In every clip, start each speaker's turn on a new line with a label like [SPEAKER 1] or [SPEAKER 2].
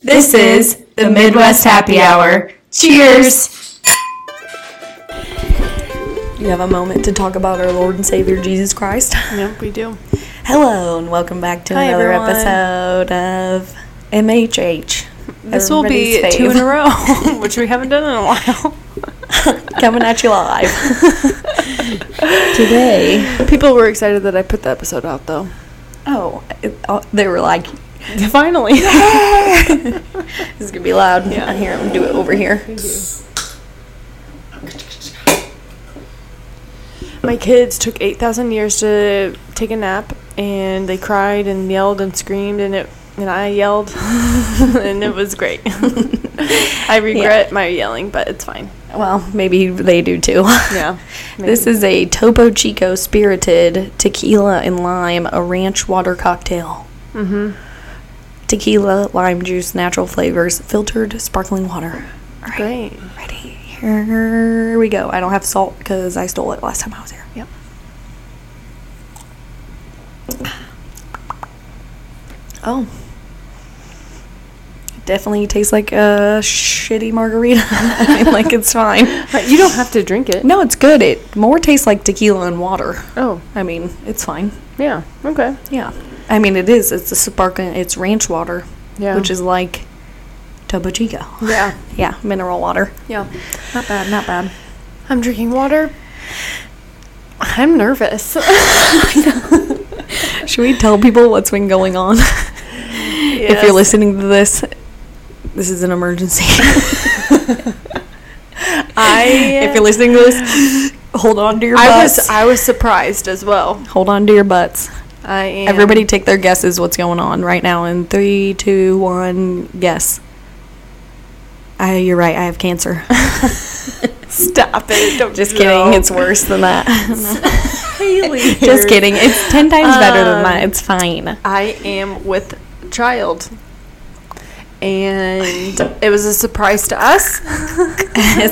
[SPEAKER 1] This is the Midwest Happy Hour. Cheers!
[SPEAKER 2] You have a moment to talk about our Lord and Savior Jesus Christ.
[SPEAKER 3] Yep, we do.
[SPEAKER 2] Hello and welcome back to
[SPEAKER 3] Hi,
[SPEAKER 2] another
[SPEAKER 3] everyone.
[SPEAKER 2] episode of MHH.
[SPEAKER 3] This will be
[SPEAKER 2] Everybody's
[SPEAKER 3] two in a
[SPEAKER 2] fave.
[SPEAKER 3] row, which we haven't done in a while.
[SPEAKER 2] coming at you live today.
[SPEAKER 3] People were excited that I put the episode out, though.
[SPEAKER 2] Oh, it, oh, they were like,
[SPEAKER 3] Finally.
[SPEAKER 2] "This is gonna be loud."
[SPEAKER 3] Yeah.
[SPEAKER 2] I hear them do it over here.
[SPEAKER 3] My kids took 8,000 years to take a nap, and they cried and yelled and screamed, and it and I yelled, and it was great. I regret my yelling, but it's fine.
[SPEAKER 2] Well, maybe they do too.
[SPEAKER 3] Yeah.
[SPEAKER 2] This is a Topo Chico spirited tequila and lime, a ranch water cocktail.
[SPEAKER 3] Mm-hmm.
[SPEAKER 2] Tequila, lime juice, natural flavors, filtered sparkling water. All right,
[SPEAKER 3] Great.
[SPEAKER 2] ready? Here we go. I don't have salt because I stole it last time I was here.
[SPEAKER 3] Yep.
[SPEAKER 2] Oh. Definitely tastes like a shitty margarita. I mean, like it's fine.
[SPEAKER 3] But you don't have to drink it.
[SPEAKER 2] No, it's good. It more tastes like tequila and water.
[SPEAKER 3] Oh,
[SPEAKER 2] I mean, it's fine.
[SPEAKER 3] yeah. Okay.
[SPEAKER 2] Yeah. I mean, it is. It's a sparkling. It's ranch water,
[SPEAKER 3] Yeah.
[SPEAKER 2] which is like Topo Chico.
[SPEAKER 3] Yeah.
[SPEAKER 2] Yeah, mineral water.
[SPEAKER 3] Yeah.
[SPEAKER 2] Not bad. Not bad.
[SPEAKER 3] I'm drinking water. I'm nervous.
[SPEAKER 2] Should we tell people what's been going on? If you're listening to this, this is an emergency.
[SPEAKER 3] I
[SPEAKER 2] if you're listening to this, hold on to your
[SPEAKER 3] I
[SPEAKER 2] butts.
[SPEAKER 3] was I was surprised as well.
[SPEAKER 2] hold on to your butts.
[SPEAKER 3] I am.
[SPEAKER 2] Everybody, take their guesses. What's going on right now? In three, two, one, guess. I, you're right. I have cancer.
[SPEAKER 3] stop it. Don't
[SPEAKER 2] Just
[SPEAKER 3] do
[SPEAKER 2] kidding.
[SPEAKER 3] that.
[SPEAKER 2] It's worse than that.
[SPEAKER 3] Haley.
[SPEAKER 2] Just kidding. It's ten times better than
[SPEAKER 3] Um,
[SPEAKER 2] that. It's fine.
[SPEAKER 3] I am with child. And it was a surprise to us,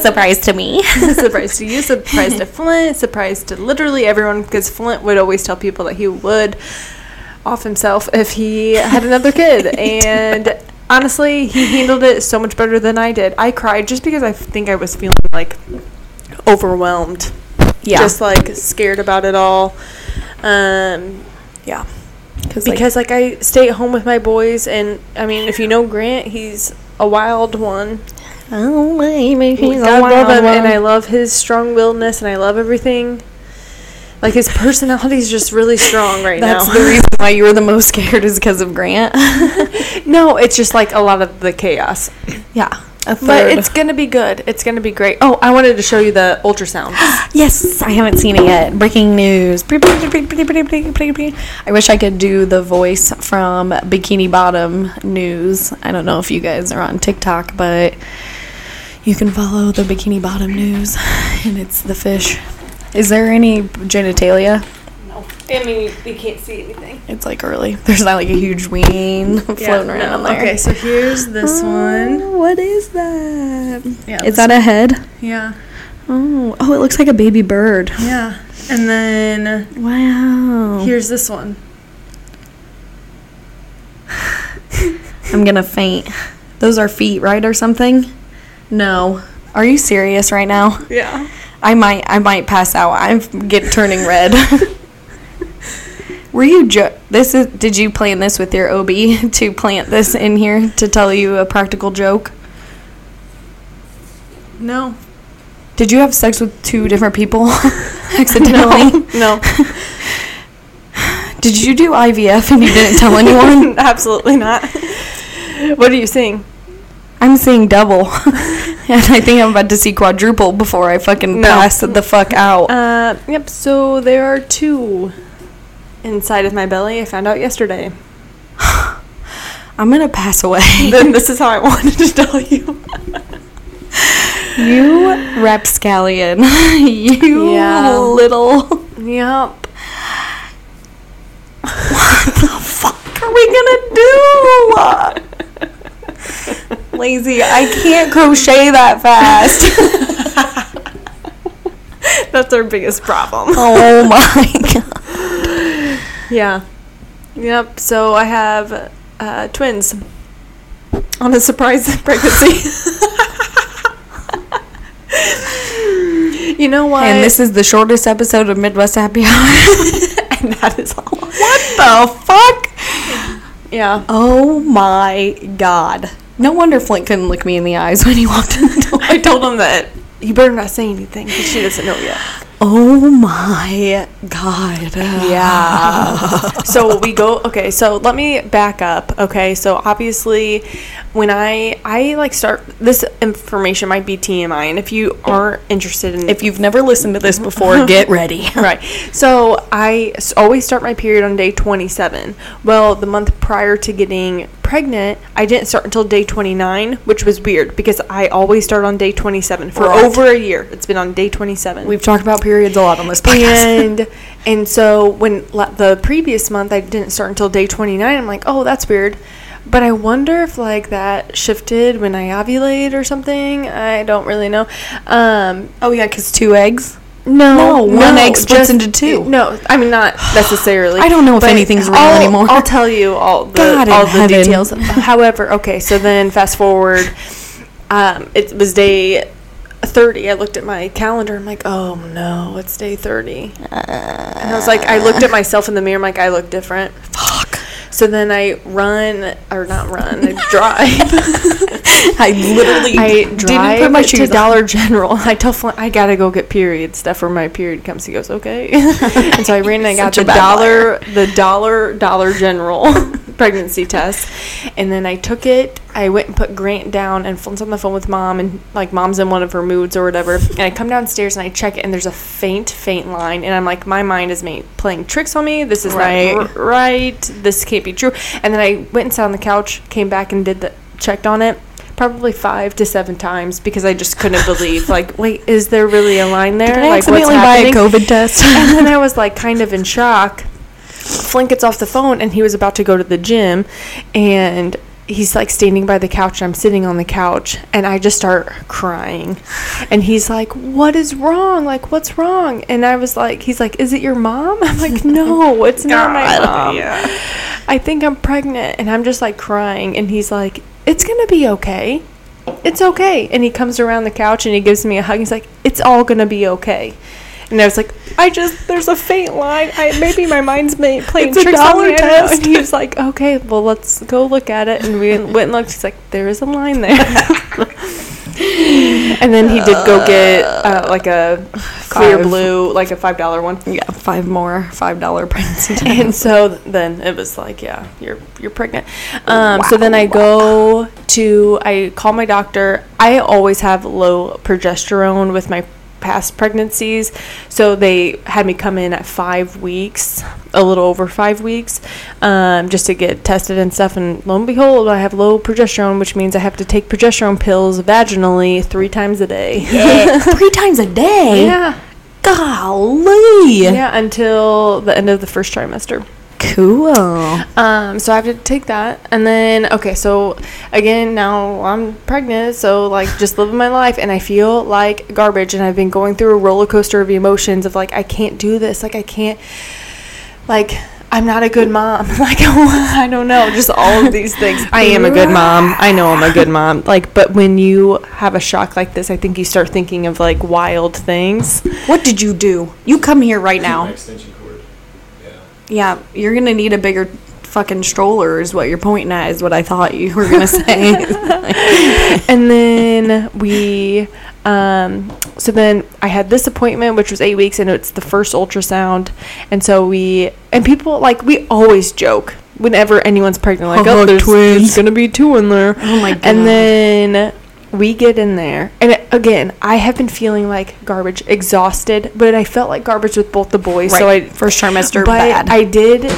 [SPEAKER 2] Surprise to me.
[SPEAKER 3] a surprise to you, surprise to Flint, surprise to literally everyone because Flint would always tell people that he would off himself if he had another kid. and honestly, he handled it so much better than I did. I cried just because I think I was feeling like overwhelmed.
[SPEAKER 2] Yeah.
[SPEAKER 3] just like scared about it all. Um,
[SPEAKER 2] yeah.
[SPEAKER 3] because like I stay at home with my boys, and I mean, if you know Grant, he's a wild one.
[SPEAKER 2] oh my, maybe he's a
[SPEAKER 3] God love
[SPEAKER 2] wild
[SPEAKER 3] him, and
[SPEAKER 2] one.
[SPEAKER 3] I love his strong willedness, and I love everything. Like his personality is just really strong right
[SPEAKER 2] That's
[SPEAKER 3] now.
[SPEAKER 2] the reason why you were the most scared is because of Grant.
[SPEAKER 3] no, it's just like a lot of the chaos.
[SPEAKER 2] yeah. A third.
[SPEAKER 3] But it's gonna be good. It's gonna be great. Oh, I wanted to show you the ultrasound.
[SPEAKER 2] yes, I haven't seen it yet. Breaking news. I wish I could do the voice from Bikini Bottom News. I don't know if you guys are on TikTok, but you can follow the Bikini Bottom News, and it's the fish. Is there any genitalia?
[SPEAKER 3] I mean, we can't see anything.
[SPEAKER 2] It's like early. There's not like a huge ween floating around there.
[SPEAKER 3] Okay, so here's this one.
[SPEAKER 2] Oh, What is that?
[SPEAKER 3] Yeah,
[SPEAKER 2] Is that a head?
[SPEAKER 3] Yeah.
[SPEAKER 2] Oh, oh, it looks like a baby bird.
[SPEAKER 3] Yeah. And then
[SPEAKER 2] Wow.
[SPEAKER 3] here's this one.
[SPEAKER 2] I'm gonna faint. Those are feet, right, or something? No. Are you serious right now?
[SPEAKER 3] Yeah.
[SPEAKER 2] I might, I might pass out. I'm get turning red. Were you? Jo- this is. Did you plan this with your OB to plant this in here to tell you a practical joke?
[SPEAKER 3] No.
[SPEAKER 2] Did you have sex with two different people accidentally?
[SPEAKER 3] No.
[SPEAKER 2] Did you do IVF and you didn't tell anyone?
[SPEAKER 3] Absolutely not. What are you seeing?
[SPEAKER 2] I'm seeing double. and I think I'm about to see quadruple before I fucking
[SPEAKER 3] No.
[SPEAKER 2] pass the fuck out.
[SPEAKER 3] Uh, yep. So there are two inside of my belly. I found out yesterday.
[SPEAKER 2] I'm gonna pass away.
[SPEAKER 3] then this is how I wanted to tell you.
[SPEAKER 2] you rapscallion. you
[SPEAKER 3] Yeah.
[SPEAKER 2] little.
[SPEAKER 3] Yep.
[SPEAKER 2] Fuck are we gonna do? Lazy, I can't crochet that fast.
[SPEAKER 3] That's our biggest problem.
[SPEAKER 2] oh my god.
[SPEAKER 3] Yeah. Yep. So I have uh, twins. on a surprise pregnancy. you know what?
[SPEAKER 2] And this is the shortest episode of Midwest Happy Hour. and that is all. What the fuck?
[SPEAKER 3] yeah.
[SPEAKER 2] Oh my god. No wonder Flint couldn't look me in the eyes when he walked in the door.
[SPEAKER 3] I told him that you better not say anything because she doesn't know yet.
[SPEAKER 2] Oh my god.
[SPEAKER 3] Yeah. so we go okay, so let me back up. Okay. So obviously when I I like start this information might be TMI and if you are interested in
[SPEAKER 2] If you've never listened to this before, get ready.
[SPEAKER 3] right. So I s- always start my period on day 27. Well, the month prior to getting pregnant, I didn't start until day 29, which was weird because I always start on day 27 for
[SPEAKER 2] Right.
[SPEAKER 3] over a year. It's been on day 27.
[SPEAKER 2] We've talked about periods a lot on this podcast.
[SPEAKER 3] and and so when la- the previous month I didn't start until day 29, I'm like, "Oh, that's weird." But I wonder if like that shifted when I ovulate or something. I don't really know. Um,
[SPEAKER 2] oh yeah, because two eggs.
[SPEAKER 3] no,
[SPEAKER 2] No, one egg splits into two.
[SPEAKER 3] No, I mean not necessarily.
[SPEAKER 2] I don't know if
[SPEAKER 3] but
[SPEAKER 2] anything's real
[SPEAKER 3] I'll-
[SPEAKER 2] anymore.
[SPEAKER 3] I'll tell you all the
[SPEAKER 2] God in
[SPEAKER 3] all the
[SPEAKER 2] heaven.
[SPEAKER 3] details. However, okay, so then fast forward. Um, it was day thirty. I looked at my calendar. I'm like, oh no, it's day thirty. And I was like, I looked at myself in the mirror. I'm like, I look different.
[SPEAKER 2] Fuck.
[SPEAKER 3] So then I run or not run. I drive.
[SPEAKER 2] I literally
[SPEAKER 3] I
[SPEAKER 2] didn't put my shoes
[SPEAKER 3] to
[SPEAKER 2] on.
[SPEAKER 3] Dollar General. I tell Flint, I gotta go get period stuff where my period comes. He goes, okay. and so I ran and I got
[SPEAKER 2] Such a
[SPEAKER 3] the
[SPEAKER 2] bad
[SPEAKER 3] dollar, the dollar Dollar General pregnancy test, and then I took it. I went and put Grant down, and Flint's on the phone with mom, and like mom's in one of her moods or whatever. And I come downstairs and I check it, and there's a faint, faint line, and I'm like, my mind is ma- playing tricks on me. This is
[SPEAKER 2] Right.
[SPEAKER 3] not r- right. This can't be true. And then I went and sat on the couch, came back and did the checked on it probably five to seven times because I just couldn't believe. Like, wait, is there really a line there?
[SPEAKER 2] Did
[SPEAKER 3] like,
[SPEAKER 2] I accidentally buy a COVID test?
[SPEAKER 3] and then I was like, kind of in shock. Flint gets off the phone and he was about to go to the gym, and he's like standing by the couch. And I'm sitting on the couch and I just start crying, and he's like, "What is wrong? Like, what's wrong?" And I was like, "He's like, is it your mom?" I'm like, "No, it's not my mom." I think I'm pregnant and I'm just like crying and he's like, It's gonna be okay. It's okay. And he comes around the couch and he gives me a hug. He's like, It's all gonna be okay. And I was like, I just there's a faint line. I maybe my mind's ma- playing
[SPEAKER 2] It's a
[SPEAKER 3] tricks on
[SPEAKER 2] dollar
[SPEAKER 3] me. I don't know."
[SPEAKER 2] test.
[SPEAKER 3] And he was like, Okay, well let's go look at it. And we went and looked. He's like, There is a line there. and then he did go get uh, like a clear
[SPEAKER 2] Five.
[SPEAKER 3] blue, like a five dollar one
[SPEAKER 2] yeah, five more five dollar pregnancy test.
[SPEAKER 3] and so then it was like, yeah, you're you're pregnant. Um, So then I go to I call my doctor. I always have low progesterone with my past pregnancies, so they had me come in at five weeks, a little over five weeks, um, just to get tested and stuff. And lo and behold, I have low progesterone, which means I have to take progesterone pills vaginally three times a day.
[SPEAKER 2] Yeah, three times a day.
[SPEAKER 3] yeah,
[SPEAKER 2] Golly.
[SPEAKER 3] yeah, until the end of the first trimester.
[SPEAKER 2] Cool.
[SPEAKER 3] Um, so I have to take that, and then okay, so again now I'm pregnant, so like just living my life, and I feel like garbage, and I've been going through a roller coaster of emotions of like I can't do this, like I can't, like I'm not a good mom, like I don't know, just all of these things. I am a good mom, I know I'm a good mom, like but when you have a shock like this, I think you start thinking of like wild things.
[SPEAKER 2] What did you do? You come here right
[SPEAKER 4] My
[SPEAKER 2] now.
[SPEAKER 4] extension cord. Yeah.
[SPEAKER 2] Yeah, you're gonna need a bigger fucking stroller is what you're pointing at is what I thought you were gonna say.
[SPEAKER 3] and then we um so then i had this appointment which was eight weeks and it's the first ultrasound and so we and people like we always joke whenever anyone's pregnant like oh there's, there's gonna be two in there
[SPEAKER 2] Oh my God.
[SPEAKER 3] and then we get in there and it- again i have been feeling like garbage exhausted but i felt like garbage with both the boys so i
[SPEAKER 2] first trimester
[SPEAKER 3] but
[SPEAKER 2] bad.
[SPEAKER 3] I did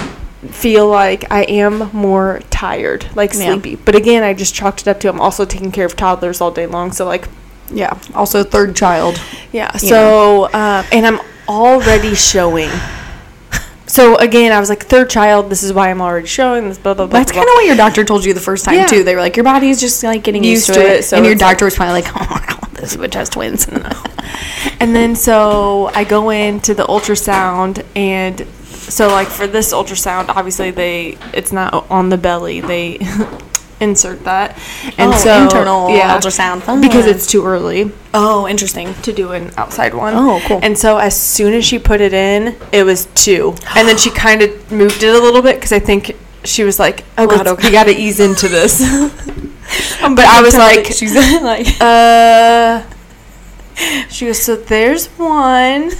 [SPEAKER 3] feel like I am more tired, like
[SPEAKER 2] Yeah.
[SPEAKER 3] sleepy. But again, I just chalked it up to I'm also taking care of toddlers all day long. So like,
[SPEAKER 2] yeah. Also third child.
[SPEAKER 3] yeah.
[SPEAKER 2] You
[SPEAKER 3] So uh, and I'm already showing. So again, I was like third child. This is why I'm already showing this. Blah blah blah.
[SPEAKER 2] That's
[SPEAKER 3] blah,
[SPEAKER 2] kind of what your doctor told you the first time
[SPEAKER 3] Yeah.
[SPEAKER 2] too. They were like, your body is just like getting used, to, it,
[SPEAKER 3] so
[SPEAKER 2] and your
[SPEAKER 3] it's like-
[SPEAKER 2] doctor was probably like, oh, wow, this bitch has twins.
[SPEAKER 3] And then so I go into the ultrasound and so like for this ultrasound obviously they it's not on the belly they insert that. And
[SPEAKER 2] Oh,
[SPEAKER 3] so
[SPEAKER 2] internal
[SPEAKER 3] yeah,
[SPEAKER 2] ultrasound.
[SPEAKER 3] because
[SPEAKER 2] Fun.
[SPEAKER 3] it's too early
[SPEAKER 2] Oh, interesting.
[SPEAKER 3] to do an outside one.
[SPEAKER 2] Oh, cool.
[SPEAKER 3] And so as soon as she put it in, it was two. And then she kind of moved it a little bit because I think she was like, "Oh God,
[SPEAKER 2] Let's-
[SPEAKER 3] okay. we got to ease into this." but I was like,
[SPEAKER 2] she's like,
[SPEAKER 3] "Uh." She goes, "So there's one,"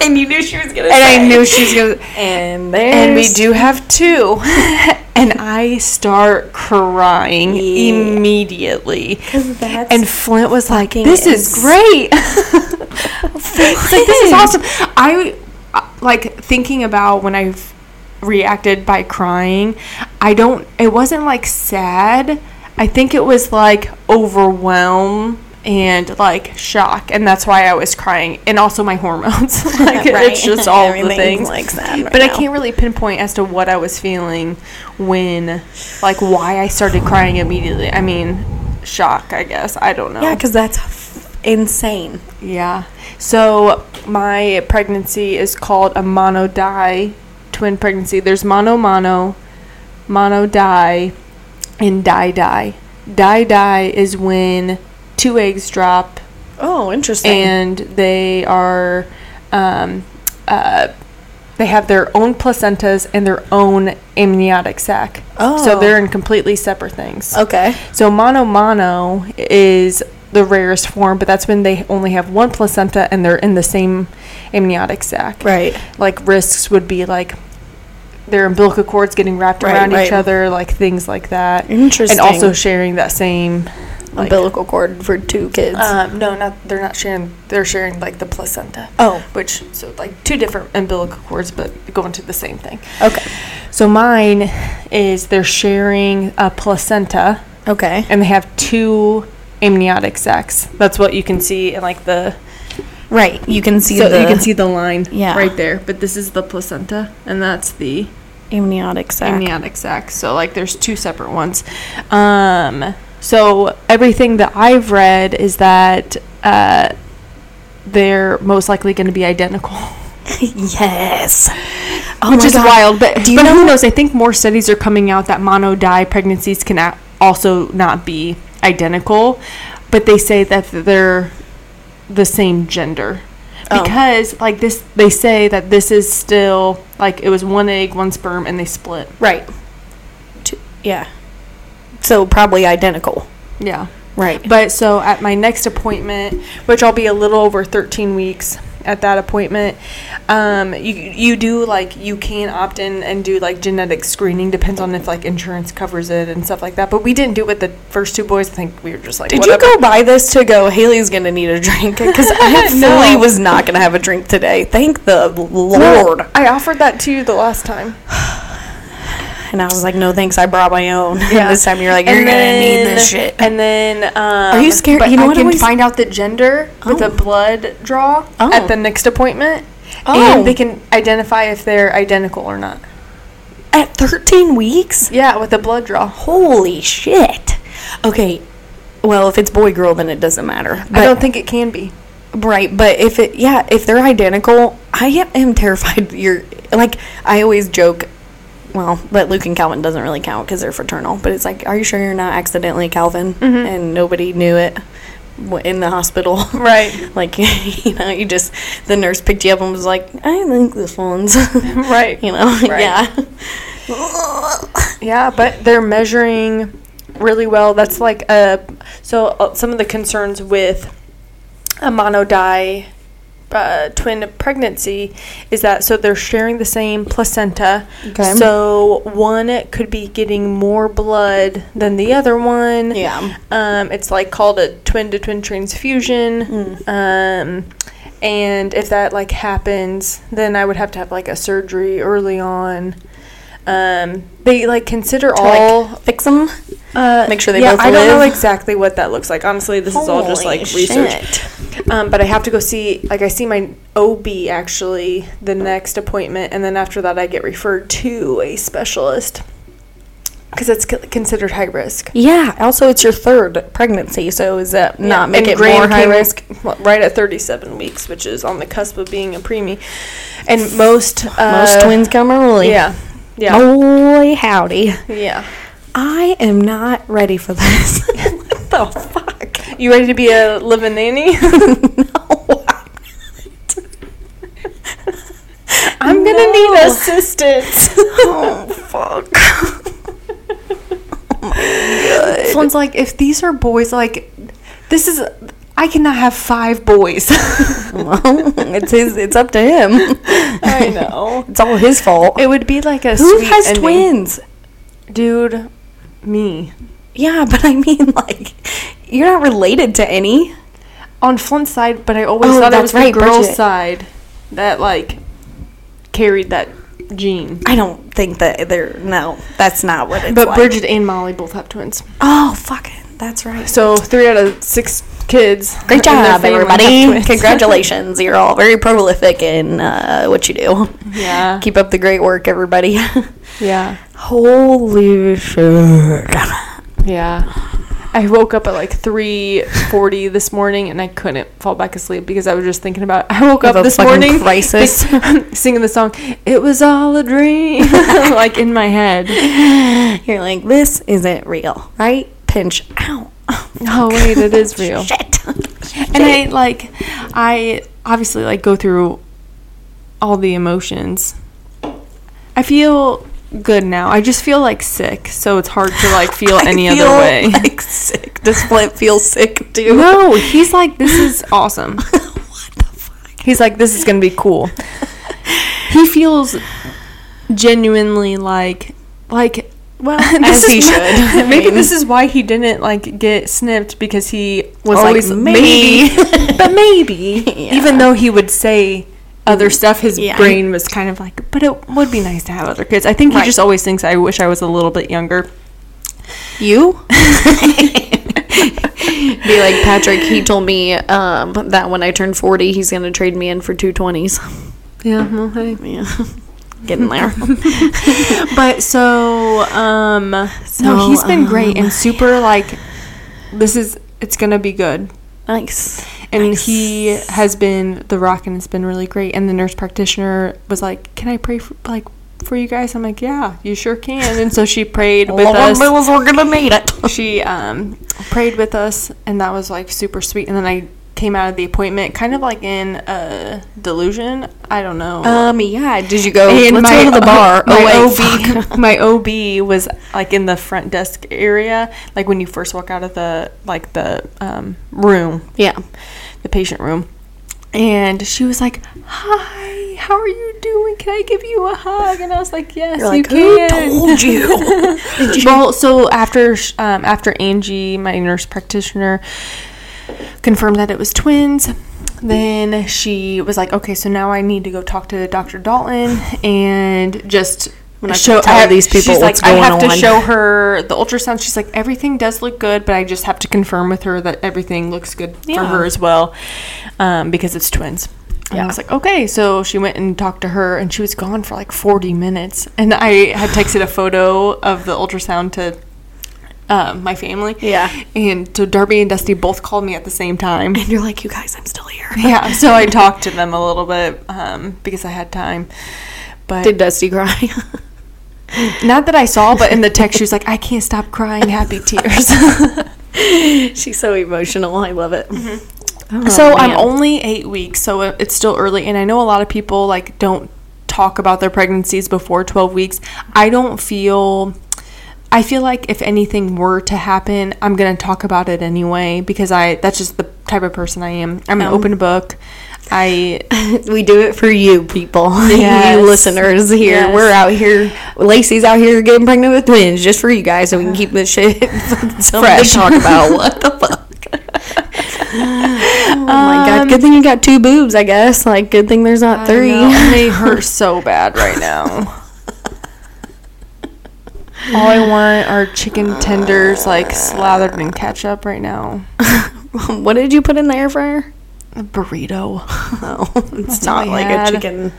[SPEAKER 2] and you knew she was gonna.
[SPEAKER 3] and I knew she was gonna.
[SPEAKER 2] And there.
[SPEAKER 3] And we do have two. and I start crying
[SPEAKER 2] Yeah.
[SPEAKER 3] immediately.
[SPEAKER 2] That's
[SPEAKER 3] And Flint was like,
[SPEAKER 2] fucking
[SPEAKER 3] "This is
[SPEAKER 2] ins-
[SPEAKER 3] great. It's like, this is awesome." I uh, like thinking about when I reacted by crying. I don't. It wasn't like sad. I think it was like overwhelm and like shock, and that's why I was crying, and also my hormones. like it's just all the things.
[SPEAKER 2] like that.
[SPEAKER 3] but I can't really pinpoint as to what I was feeling when, like, why I started crying immediately. I mean, shock, I guess. I don't know.
[SPEAKER 2] Yeah, because that's f- insane.
[SPEAKER 3] Yeah. So my pregnancy is called a mono di twin pregnancy. There's mono mono, mono di, and di di. Di di is when two eggs drop
[SPEAKER 2] Oh, interesting.
[SPEAKER 3] and they are um, uh, they have their own placentas and their own amniotic sac. So
[SPEAKER 2] Oh.
[SPEAKER 3] they're in completely separate things.
[SPEAKER 2] okay.
[SPEAKER 3] So mono mono is the rarest form, but that's when they only have one placenta and they're in the same amniotic sac.
[SPEAKER 2] Right.
[SPEAKER 3] Like risks would be like their umbilical cords getting wrapped
[SPEAKER 2] Right,
[SPEAKER 3] around
[SPEAKER 2] right.
[SPEAKER 3] each other, like things like that.
[SPEAKER 2] Interesting.
[SPEAKER 3] And also sharing that same like,
[SPEAKER 2] umbilical cord for two kids.
[SPEAKER 3] Um, no, not they're not sharing. They're sharing like the placenta.
[SPEAKER 2] oh,
[SPEAKER 3] Which so like two different umbilical cords, but going to the same thing.
[SPEAKER 2] okay.
[SPEAKER 3] So mine is they're sharing a placenta,
[SPEAKER 2] Okay.
[SPEAKER 3] and they have two amniotic sacs. That's what you can see in like the
[SPEAKER 2] Right. You can see
[SPEAKER 3] so
[SPEAKER 2] the
[SPEAKER 3] you can see the line
[SPEAKER 2] Yeah.
[SPEAKER 3] right there. But this is the placenta, and that's the
[SPEAKER 2] amniotic sac.
[SPEAKER 3] amniotic sac. So like there's two separate ones. Um, so everything that I've read is that uh, they're most likely going to be identical.
[SPEAKER 2] yes. Oh
[SPEAKER 3] which
[SPEAKER 2] my
[SPEAKER 3] is
[SPEAKER 2] God.
[SPEAKER 3] wild. But
[SPEAKER 2] Do you
[SPEAKER 3] but
[SPEAKER 2] know-
[SPEAKER 3] who knows? I think more studies are coming out that mono di pregnancies can a- also not be identical, but they say that they're the same gender
[SPEAKER 2] Oh.
[SPEAKER 3] because like this they say that this is still like it was one egg one sperm and they split
[SPEAKER 2] Right. Two, yeah. So probably identical.
[SPEAKER 3] yeah
[SPEAKER 2] Right.
[SPEAKER 3] But so at my next appointment, which I'll be a little over 13 weeks at that appointment, um, you you do like you can opt in and do like genetic screening depends on if like insurance covers it and stuff like that. But we didn't do it with the first two boys. I think we were just like,
[SPEAKER 2] Did
[SPEAKER 3] whatever.
[SPEAKER 2] you go buy this to go? Haley's gonna need a drink because I
[SPEAKER 3] No.
[SPEAKER 2] fully was not gonna have a drink today. Thank the
[SPEAKER 3] No,
[SPEAKER 2] Lord.
[SPEAKER 3] I offered that to you the last time.
[SPEAKER 2] And I was like, no thanks. I brought my own.
[SPEAKER 3] Yeah.
[SPEAKER 2] And this time you're like, you're gonna need this shit.
[SPEAKER 3] And then, um,
[SPEAKER 2] you scared-
[SPEAKER 3] But
[SPEAKER 2] you know
[SPEAKER 3] I
[SPEAKER 2] what
[SPEAKER 3] can
[SPEAKER 2] always-
[SPEAKER 3] find out the gender with
[SPEAKER 2] Oh.
[SPEAKER 3] a blood draw
[SPEAKER 2] Oh.
[SPEAKER 3] at the next appointment,
[SPEAKER 2] Oh.
[SPEAKER 3] and they can identify if they're identical or not.
[SPEAKER 2] At 13 weeks?
[SPEAKER 3] Yeah, with a blood draw.
[SPEAKER 2] Holy shit. Okay. Well, if it's boy girl, then it doesn't matter. But,
[SPEAKER 3] I don't think it can be.
[SPEAKER 2] Right, but if it, yeah, if they're identical, I am- am terrified. that You're like, I always joke. Well, but Luke and Calvin doesn't really count because they're fraternal. But it's like, are you sure you're not accidentally Calvin?
[SPEAKER 3] Mm-hmm.
[SPEAKER 2] And nobody knew it w- in the hospital.
[SPEAKER 3] Right.
[SPEAKER 2] like, you know, you just the nurse picked you up and was like, I think this one's, you
[SPEAKER 3] Right.
[SPEAKER 2] know,
[SPEAKER 3] Right.
[SPEAKER 2] yeah.
[SPEAKER 3] Yeah, but they're measuring really well. That's like a so uh, some of the concerns with a mono di uh, twin pregnancy is that so they're sharing the same placenta.
[SPEAKER 2] Okay.
[SPEAKER 3] So one could be getting more blood than the other one.
[SPEAKER 2] Yeah.
[SPEAKER 3] Um, it's like called a twin to twin transfusion.
[SPEAKER 2] Mm.
[SPEAKER 3] Um, and if that like happens, then I would have to have like a surgery early on. Um, they like consider all.
[SPEAKER 2] Like, fix them.
[SPEAKER 3] uh,
[SPEAKER 2] make sure they
[SPEAKER 3] yeah,
[SPEAKER 2] both
[SPEAKER 3] I don't know
[SPEAKER 2] live.
[SPEAKER 3] exactly what that looks like. Honestly, this is all just like research. Um, but I have to go see, like, I see my OB actually the next appointment, and then after that, I get referred to a specialist because it's c- considered high risk.
[SPEAKER 2] Yeah. Also, it's your third pregnancy, so is that not make
[SPEAKER 3] and
[SPEAKER 2] it
[SPEAKER 3] Grand
[SPEAKER 2] more high
[SPEAKER 3] came
[SPEAKER 2] risk?
[SPEAKER 3] w- Right at 37 weeks, which is on the cusp of being a preemie. And most uh,
[SPEAKER 2] Most twins come early.
[SPEAKER 3] yeah, yeah,
[SPEAKER 2] Holy howdy.
[SPEAKER 3] yeah.
[SPEAKER 2] I am not ready for this. what the fuck?
[SPEAKER 3] You ready to be a living nanny?
[SPEAKER 2] no.
[SPEAKER 3] I'm gonna
[SPEAKER 2] No.
[SPEAKER 3] need assistance.
[SPEAKER 2] oh fuck.
[SPEAKER 3] Oh This one's like, if these are boys, like, this is, I cannot have five boys.
[SPEAKER 2] well, it's his. It's up to him.
[SPEAKER 3] I know.
[SPEAKER 2] It's all his fault.
[SPEAKER 3] It would be like a
[SPEAKER 2] Who
[SPEAKER 3] sweet
[SPEAKER 2] has
[SPEAKER 3] ending.
[SPEAKER 2] twins?
[SPEAKER 3] dude? Me
[SPEAKER 2] Yeah, but I mean, like, you're not related to any.
[SPEAKER 3] on Flint's side, but I always
[SPEAKER 2] Oh,
[SPEAKER 3] thought it
[SPEAKER 2] that's
[SPEAKER 3] was
[SPEAKER 2] right,
[SPEAKER 3] the girl's
[SPEAKER 2] Bridget.
[SPEAKER 3] side that like carried that gene.
[SPEAKER 2] I don't think that they're. No, that's not what it's
[SPEAKER 3] But
[SPEAKER 2] like.
[SPEAKER 3] Bridget and Molly both have twins.
[SPEAKER 2] Oh, fuck it. That's right.
[SPEAKER 3] So three out of six kids.
[SPEAKER 2] Great
[SPEAKER 3] in their
[SPEAKER 2] job,
[SPEAKER 3] family have
[SPEAKER 2] everybody.
[SPEAKER 3] twins.
[SPEAKER 2] Congratulations. You're all very prolific in uh, what you do.
[SPEAKER 3] Yeah.
[SPEAKER 2] Keep up the great work, everybody.
[SPEAKER 3] Yeah.
[SPEAKER 2] Holy shit.
[SPEAKER 3] Yeah. I woke up at like 3:40 this morning and I couldn't fall back asleep because I was just thinking about. I woke
[SPEAKER 2] Have a
[SPEAKER 3] up this
[SPEAKER 2] fucking
[SPEAKER 3] morning
[SPEAKER 2] crisis.
[SPEAKER 3] think- singing the song. It was all a dream, like in my head.
[SPEAKER 2] You're like, this isn't real, right? Pinch. Ow.
[SPEAKER 3] Oh wait, it is real.
[SPEAKER 2] Shit.
[SPEAKER 3] And I like, I obviously like go through all the emotions. I feel good now. I just feel like sick, so it's hard to like feel any
[SPEAKER 2] I feel,
[SPEAKER 3] other way.
[SPEAKER 2] Like sick. Does Flint feel sick too?
[SPEAKER 3] no, he's like, this is awesome.
[SPEAKER 2] what the fuck?
[SPEAKER 3] He's like, this is gonna be cool. he feels genuinely like, like, well,
[SPEAKER 2] As
[SPEAKER 3] this
[SPEAKER 2] he
[SPEAKER 3] is-
[SPEAKER 2] should. I
[SPEAKER 3] Maybe
[SPEAKER 2] mean-
[SPEAKER 3] this is why he didn't like get snipped because he was
[SPEAKER 2] Or like,
[SPEAKER 3] always
[SPEAKER 2] maybe.
[SPEAKER 3] but maybe, even though he would say other stuff, his
[SPEAKER 2] Mm-hmm. Yeah.
[SPEAKER 3] brain was kind of like, but it would be nice to have other kids. I think
[SPEAKER 2] Right.
[SPEAKER 3] he just always thinks, I wish I was a little bit younger.
[SPEAKER 2] You? Be like Patrick. He told me um, that when I turn forty, he's gonna trade me in for two twenties.
[SPEAKER 3] Yeah. Well, hey.
[SPEAKER 2] Yeah, getting there.
[SPEAKER 3] But so, um,
[SPEAKER 2] So,
[SPEAKER 3] no, he's been
[SPEAKER 2] um,
[SPEAKER 3] great and super like, this is, it's gonna be good.
[SPEAKER 2] nice.
[SPEAKER 3] And
[SPEAKER 2] Nice.
[SPEAKER 3] he has been the rock and it's been really great. And the nurse practitioner was like, can I pray for, like, for you guys? I'm like, yeah, you sure can. And so she prayed with
[SPEAKER 2] Lord
[SPEAKER 3] us.
[SPEAKER 2] knows we're gonna need it.
[SPEAKER 3] she um, prayed with us, and that was like super sweet. And then I came out of the appointment kind of like in a delusion. I don't know.
[SPEAKER 2] Um. Yeah. Did you go?
[SPEAKER 3] and
[SPEAKER 2] let's go to the bar.
[SPEAKER 3] my
[SPEAKER 2] oh wait. fuck.
[SPEAKER 3] OB, my OB was like in the front desk area, like when you first walk out of the like the um, room,
[SPEAKER 2] Yeah.
[SPEAKER 3] the patient room. And she was like, "Hi, how are you doing? Can I give you a hug?" And I was like, "Yes,
[SPEAKER 2] You're
[SPEAKER 3] you
[SPEAKER 2] like, who
[SPEAKER 3] can."
[SPEAKER 2] told you?
[SPEAKER 3] well, so after sh- um, after Angie, my nurse practitioner, confirmed that it was twins, then she was like, "Okay, so now I need to go talk to Dr. Dalton and just."
[SPEAKER 2] I'm gonna have to tell
[SPEAKER 3] have-
[SPEAKER 2] these people
[SPEAKER 3] she's
[SPEAKER 2] what's
[SPEAKER 3] like, I
[SPEAKER 2] going
[SPEAKER 3] have to
[SPEAKER 2] on."
[SPEAKER 3] show her the ultrasound. She's like, everything does look good, but I just have to confirm with her that everything looks good for
[SPEAKER 2] Yeah.
[SPEAKER 3] her as well, um, because it's twins. And I was like, okay. So she went and talked to her, and she was gone for like 40 minutes. And I had texted a photo of the ultrasound to um, my family.
[SPEAKER 2] Yeah.
[SPEAKER 3] And so Darby and Dusty both called me at the same time.
[SPEAKER 2] and you're like, you guys, I'm still here.
[SPEAKER 3] yeah. So I talked to them a little bit um, because I had time. But
[SPEAKER 2] Did Dusty cry?
[SPEAKER 3] not that I saw, but in the text, she was like, I can't stop crying happy tears.
[SPEAKER 2] She's so emotional. I love it.
[SPEAKER 3] so I'm
[SPEAKER 2] man.
[SPEAKER 3] only eight weeks, so it- it's still early, and I know a lot of people like don't talk about their pregnancies before 12 weeks. I don't feel. I feel like if anything were to happen, I'm gonna talk about it anyway because I that's just the type of person I am. I'm an open book. I
[SPEAKER 2] We do it for you, people.
[SPEAKER 3] Yes.
[SPEAKER 2] you listeners here.
[SPEAKER 3] Yes.
[SPEAKER 2] We're out here. Lacey's out here getting pregnant with twins just for you guys, so we can keep this shit something
[SPEAKER 3] Fresh.
[SPEAKER 2] to talk about. What the fuck? oh my god! Good thing you got two boobs, I guess. Like, good thing there's not three.
[SPEAKER 3] know, they hurt so bad right now. All I want are chicken tenders like slathered in ketchup right now.
[SPEAKER 2] what did you put in the air fryer?
[SPEAKER 3] A burrito.
[SPEAKER 2] Oh, it's
[SPEAKER 3] all
[SPEAKER 2] not
[SPEAKER 3] I
[SPEAKER 2] like
[SPEAKER 3] had.
[SPEAKER 2] a chicken.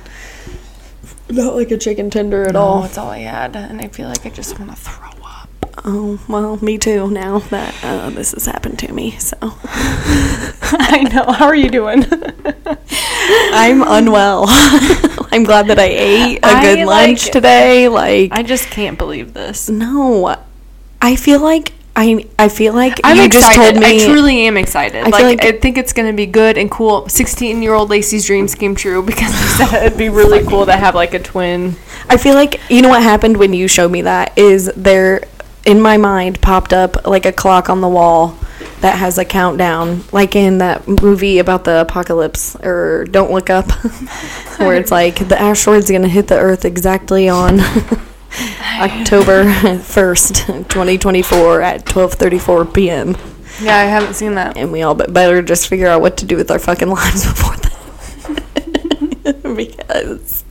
[SPEAKER 2] Not like a chicken tender at
[SPEAKER 3] Oh,
[SPEAKER 2] all.
[SPEAKER 3] that's all I had, and I feel like I just want to throw up.
[SPEAKER 2] Oh well, me too. Now that uh, this has happened to me, so.
[SPEAKER 3] I know. How are you doing?
[SPEAKER 2] I'm unwell. I'm glad that I ate a
[SPEAKER 3] I,
[SPEAKER 2] good
[SPEAKER 3] like-
[SPEAKER 2] lunch today. Like,
[SPEAKER 3] I just can't believe this.
[SPEAKER 2] no, I feel like I I feel like
[SPEAKER 3] I'm
[SPEAKER 2] you
[SPEAKER 3] excited.
[SPEAKER 2] just told me
[SPEAKER 3] I truly am excited.
[SPEAKER 2] feel
[SPEAKER 3] like,
[SPEAKER 2] like-
[SPEAKER 3] I think it's gonna be good and cool. Sixteen year old Lacey's dreams came true because they said it'd be really cool to have like a twin.
[SPEAKER 2] I feel like you know what happened when you showed me that is there in my mind popped up like a clock on the wall that has a countdown like in that movie about the apocalypse or don't look up where it's like the asteroid's going to hit the earth exactly on October 1st 2024 at 12:34 p.m.
[SPEAKER 3] Yeah, I haven't seen that.
[SPEAKER 2] and we all be- better just figure out what to do with our fucking lives before that because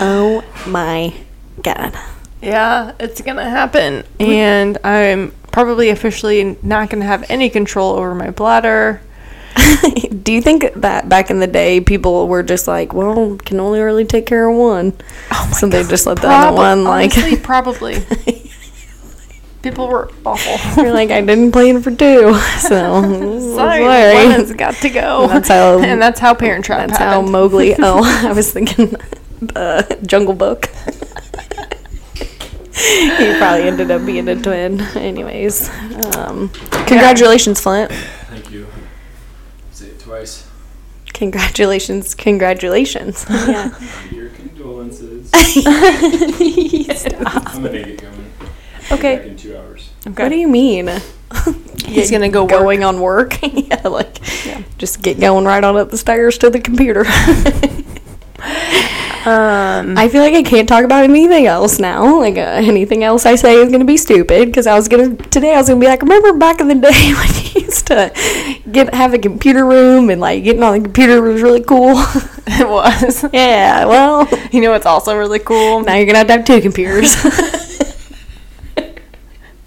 [SPEAKER 2] oh my god
[SPEAKER 3] Yeah, it's gonna happen, and I'm probably officially not gonna have any control over my bladder.
[SPEAKER 2] Do you think that back in the day people were just like, well, can only really take care of one,
[SPEAKER 3] Oh
[SPEAKER 2] so they just let the other
[SPEAKER 3] Probab-
[SPEAKER 2] one like,
[SPEAKER 3] honestly, probably. People were awful.
[SPEAKER 2] you're like, I didn't plan for two, so
[SPEAKER 3] Sorry,
[SPEAKER 2] sorry.
[SPEAKER 3] one has got to go.
[SPEAKER 2] That's how-
[SPEAKER 3] and that's how Parent Trap
[SPEAKER 2] That's how
[SPEAKER 3] happened.
[SPEAKER 2] Mowgli. Oh, I was thinking uh, Jungle Book. he probably ended up being a twin, anyways. Um, congratulations, Flint.
[SPEAKER 4] Thank you. Say it twice.
[SPEAKER 2] Congratulations, congratulations.
[SPEAKER 4] Your condolences. I'm gonna get going.
[SPEAKER 5] Okay.
[SPEAKER 4] Back in two hours.
[SPEAKER 2] What do you mean?
[SPEAKER 3] He's gonna go work.
[SPEAKER 2] going on work. yeah, like just get going right on up the stairs to the computer.
[SPEAKER 3] Um,
[SPEAKER 2] I feel like I can't talk about anything else now. Like uh, anything else I say is gonna be stupid because I was gonna today I was gonna be like, remember back in the day when you used to get have a computer room and like getting on the computer was really cool.
[SPEAKER 3] it was.
[SPEAKER 2] yeah, well
[SPEAKER 3] You know what's also really cool?
[SPEAKER 2] now you're gonna have to have two computers.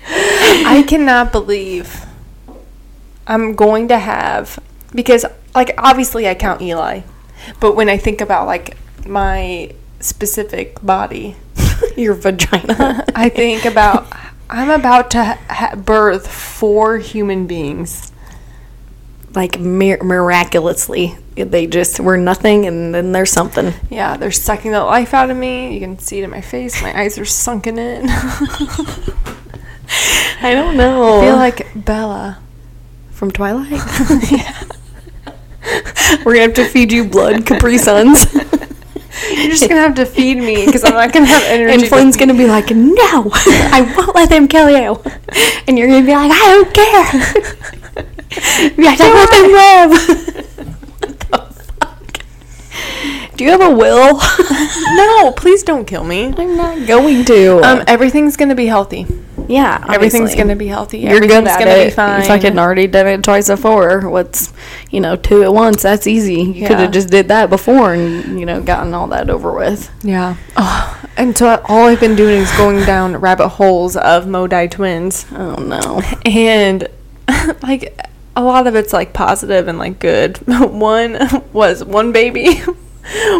[SPEAKER 3] I cannot believe I'm going to have because like obviously I count Eli, but when I think about like my specific body,
[SPEAKER 2] Your vagina.
[SPEAKER 3] I think about I'm about to ha- ha- birth four human beings.
[SPEAKER 2] like mir- miraculously they just were nothing and then there's something.
[SPEAKER 3] Yeah, they're sucking the life out of me. You can see it in my face. My eyes are sunken in.
[SPEAKER 2] I don't know.
[SPEAKER 3] I feel like Bella.
[SPEAKER 2] From Twilight? We're gonna have to feed you blood Capri Suns.
[SPEAKER 3] You're just gonna have to feed me because I'm not gonna have energy.
[SPEAKER 2] and
[SPEAKER 3] to-
[SPEAKER 2] Flynn's gonna be like, No, I won't let them kill you. And you're gonna be like, I don't care. you have to let them live. Do you have a will?
[SPEAKER 3] no, please don't kill me.
[SPEAKER 2] I'm not going to.
[SPEAKER 3] Um, everything's gonna be healthy.
[SPEAKER 2] yeah,
[SPEAKER 3] Everything's
[SPEAKER 2] obviously.
[SPEAKER 3] gonna be healthy.
[SPEAKER 2] You're good
[SPEAKER 3] Everything's
[SPEAKER 2] at
[SPEAKER 3] gonna
[SPEAKER 2] it.
[SPEAKER 3] Be fine.
[SPEAKER 2] You fucking already done it twice before. What's you know two at once? That's easy. You could
[SPEAKER 3] Yeah.
[SPEAKER 2] have just did that before and you know gotten all that over with.
[SPEAKER 3] yeah. Oh, and so all I've been doing is going down rabbit holes of Modai twins,
[SPEAKER 2] Oh no.
[SPEAKER 3] and like a lot of it's like positive and like good. one was one baby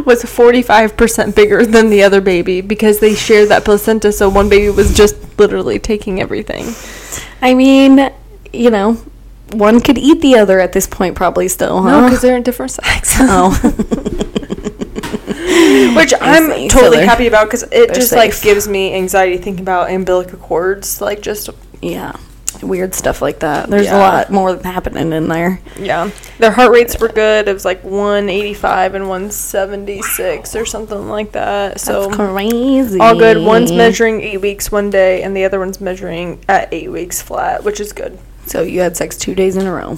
[SPEAKER 3] was 45% bigger than the other baby because they shared that placenta, so one baby was just literally taking everything.
[SPEAKER 2] I mean, you know, one could eat the other at this point probably still,
[SPEAKER 3] No,
[SPEAKER 2] huh?
[SPEAKER 3] because they're in different sex.
[SPEAKER 2] oh.
[SPEAKER 3] Which
[SPEAKER 2] I
[SPEAKER 3] I'm
[SPEAKER 2] see. So
[SPEAKER 3] totally
[SPEAKER 2] they're-
[SPEAKER 3] happy about because it
[SPEAKER 2] they're
[SPEAKER 3] just
[SPEAKER 2] safe.
[SPEAKER 3] like gives me anxiety thinking about umbilical cords. Like just
[SPEAKER 2] yeah. Weird stuff like that. There's
[SPEAKER 3] Yeah.
[SPEAKER 2] a lot more happening in there.
[SPEAKER 3] yeah, their heart rates were good. It was like 185 and 176 or something like that. So
[SPEAKER 2] crazy.
[SPEAKER 3] all good. One's measuring eight weeks one day, and the other one's measuring at eight weeks flat, which is good.
[SPEAKER 2] So you had sex two days in a row.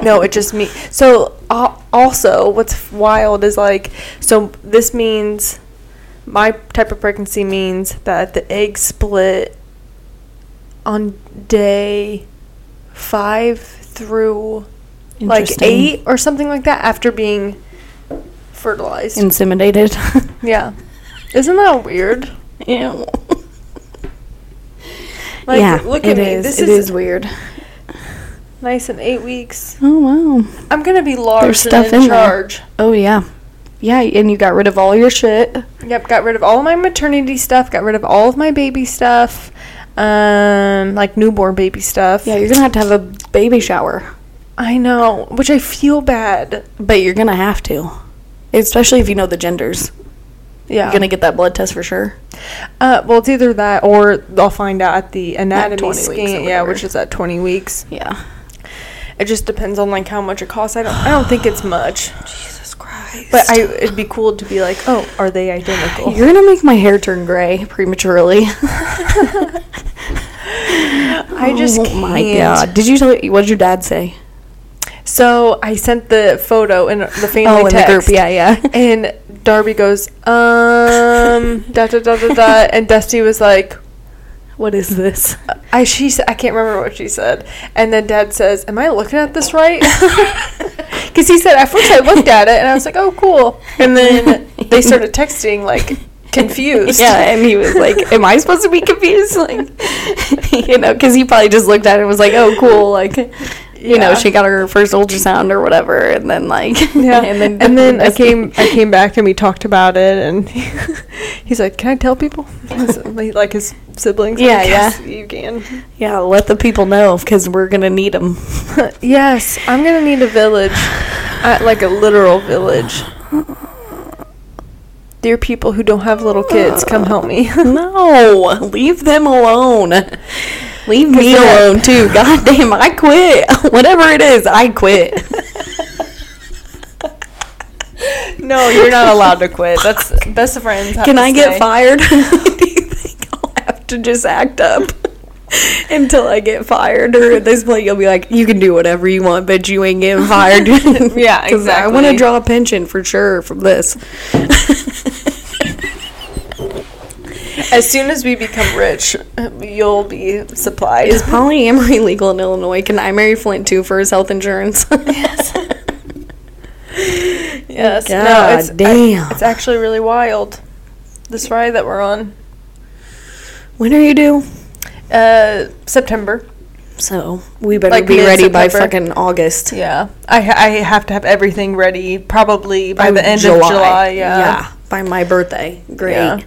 [SPEAKER 3] no, it just me. So al also, what's wild is like, so this means my type of pregnancy means that the egg split on day five through like
[SPEAKER 2] Interesting.
[SPEAKER 3] eight or something like that after being fertilized.
[SPEAKER 2] Intimidated.
[SPEAKER 3] yeah, isn't that weird?
[SPEAKER 2] Ew.
[SPEAKER 3] Like,
[SPEAKER 2] yeah,
[SPEAKER 3] look
[SPEAKER 2] it
[SPEAKER 3] at me.
[SPEAKER 2] is.
[SPEAKER 3] This
[SPEAKER 2] it
[SPEAKER 3] is-
[SPEAKER 2] is weird.
[SPEAKER 3] Nice in eight weeks.
[SPEAKER 2] Oh wow.
[SPEAKER 3] I'm gonna be large
[SPEAKER 2] stuff
[SPEAKER 3] and in,
[SPEAKER 2] in there.
[SPEAKER 3] charge.
[SPEAKER 2] Oh yeah. Yeah, and you got rid of all your shit.
[SPEAKER 3] Yep, got rid of all my maternity stuff, got rid of all of my baby stuff, um, like newborn baby stuff.
[SPEAKER 2] Yeah, you're gonna have to have a baby shower,
[SPEAKER 3] I know, which I feel bad.
[SPEAKER 2] but you're gonna have to, especially if you know the genders.
[SPEAKER 3] Yeah.
[SPEAKER 2] Gonna get that blood test for sure.
[SPEAKER 3] Uh, well, it's either that or I'll find out at the anatomy
[SPEAKER 2] 20 weeks or
[SPEAKER 3] scan. Yeah,
[SPEAKER 2] whatever.
[SPEAKER 3] which is at 20 weeks.
[SPEAKER 2] Yeah.
[SPEAKER 3] It just depends on like how much it costs. I don't. I don't think it's much.
[SPEAKER 2] Jesus Christ.
[SPEAKER 3] But I, it'd be cool to be like, oh, are they identical?
[SPEAKER 2] You're gonna make my hair turn gray prematurely.
[SPEAKER 3] I just
[SPEAKER 2] Oh my
[SPEAKER 3] can't.
[SPEAKER 2] god! Did you tell? What did your dad say?
[SPEAKER 3] So I sent the photo in the family
[SPEAKER 2] oh, in
[SPEAKER 3] text.
[SPEAKER 2] the group. Yeah, yeah.
[SPEAKER 3] And Darby goes, um, da da da da da, and Dusty was like,
[SPEAKER 2] What is this?
[SPEAKER 3] I she said, I can't remember what she said. And then Dad says, "Am I looking at this right?" Because he said at first I looked at it and I was like, "Oh, cool." And then they started texting like confused.
[SPEAKER 2] Yeah, and he was like, "Am I supposed to be confused?" Like, you know, because he probably just looked at it and was like, "Oh, cool!" Like, you know,
[SPEAKER 3] Yeah.
[SPEAKER 2] she got her first ultrasound or whatever, and then like,
[SPEAKER 3] Yeah.
[SPEAKER 2] and then
[SPEAKER 3] I came I came back and we talked about it and he's like, "Can I tell people?" His- like his siblings.
[SPEAKER 2] Yeah,
[SPEAKER 3] like,
[SPEAKER 2] yeah.
[SPEAKER 3] "Yes, You can.
[SPEAKER 2] yeah, let the people know because we're gonna need them.
[SPEAKER 3] yes, I'm gonna need a village, uh, like a literal village. Dear people who don't have little kids, come help me.
[SPEAKER 2] no, leave them alone. Leave me
[SPEAKER 3] Cause that-
[SPEAKER 2] alone too. God damn, I quit. Whatever it is, I quit.
[SPEAKER 3] No, you're not allowed to quit. That's best of friends. have
[SPEAKER 2] Can
[SPEAKER 3] to
[SPEAKER 2] I get
[SPEAKER 3] say.
[SPEAKER 2] fired? Do you think I'll have to just act up until I get fired? Or at this point, you'll be like, you can do whatever you want, but you ain't getting fired.
[SPEAKER 3] Yeah,
[SPEAKER 2] I want to
[SPEAKER 3] exactly.
[SPEAKER 2] draw a pension for sure from this.
[SPEAKER 3] As soon as we become rich, you'll be supplied.
[SPEAKER 2] Is polyamory legal in Illinois? Can I marry Flint too for his health insurance? yes. God
[SPEAKER 3] yes. no, it's I-
[SPEAKER 2] damn.
[SPEAKER 3] it's actually really wild. This ride that we're on,
[SPEAKER 2] When are you due?
[SPEAKER 3] uh, September.
[SPEAKER 2] So we better
[SPEAKER 3] Like
[SPEAKER 2] be ready by
[SPEAKER 3] mid-September.
[SPEAKER 2] fucking August.
[SPEAKER 3] Yeah, I ha- I have to have everything ready probably by
[SPEAKER 2] By
[SPEAKER 3] the end of July. Yeah.
[SPEAKER 2] by my birthday. Great.
[SPEAKER 3] Yeah.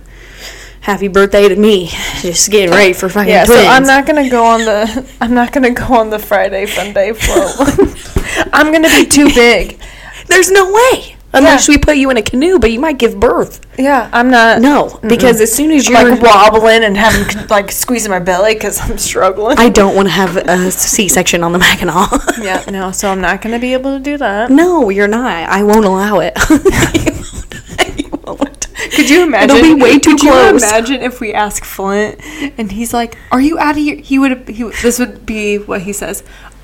[SPEAKER 2] Happy birthday to me. Just getting ready for fucking
[SPEAKER 3] Yeah, so
[SPEAKER 2] twins.
[SPEAKER 3] I'm not gonna go on the I'm not gonna go on the Friday Sunday float. I'm gonna be too big.
[SPEAKER 2] There's no way. Unless we put you in a canoe, but you might give birth.
[SPEAKER 3] Yeah, I'm not.
[SPEAKER 2] No, because as soon as you're,
[SPEAKER 3] like wobbling and having like squeezing my belly because I'm struggling.
[SPEAKER 2] I don't want to have a C-section on the Mackinac.
[SPEAKER 3] yeah, no, so I'm not gonna be able to do that.
[SPEAKER 2] No, you're not. I won't allow it. You won't.
[SPEAKER 3] Could you imagine?
[SPEAKER 2] It'll be way too
[SPEAKER 3] could you
[SPEAKER 2] close.
[SPEAKER 3] imagine if we ask Flint and he's like, "Are you out of your?" He would. He would- this would be what he says.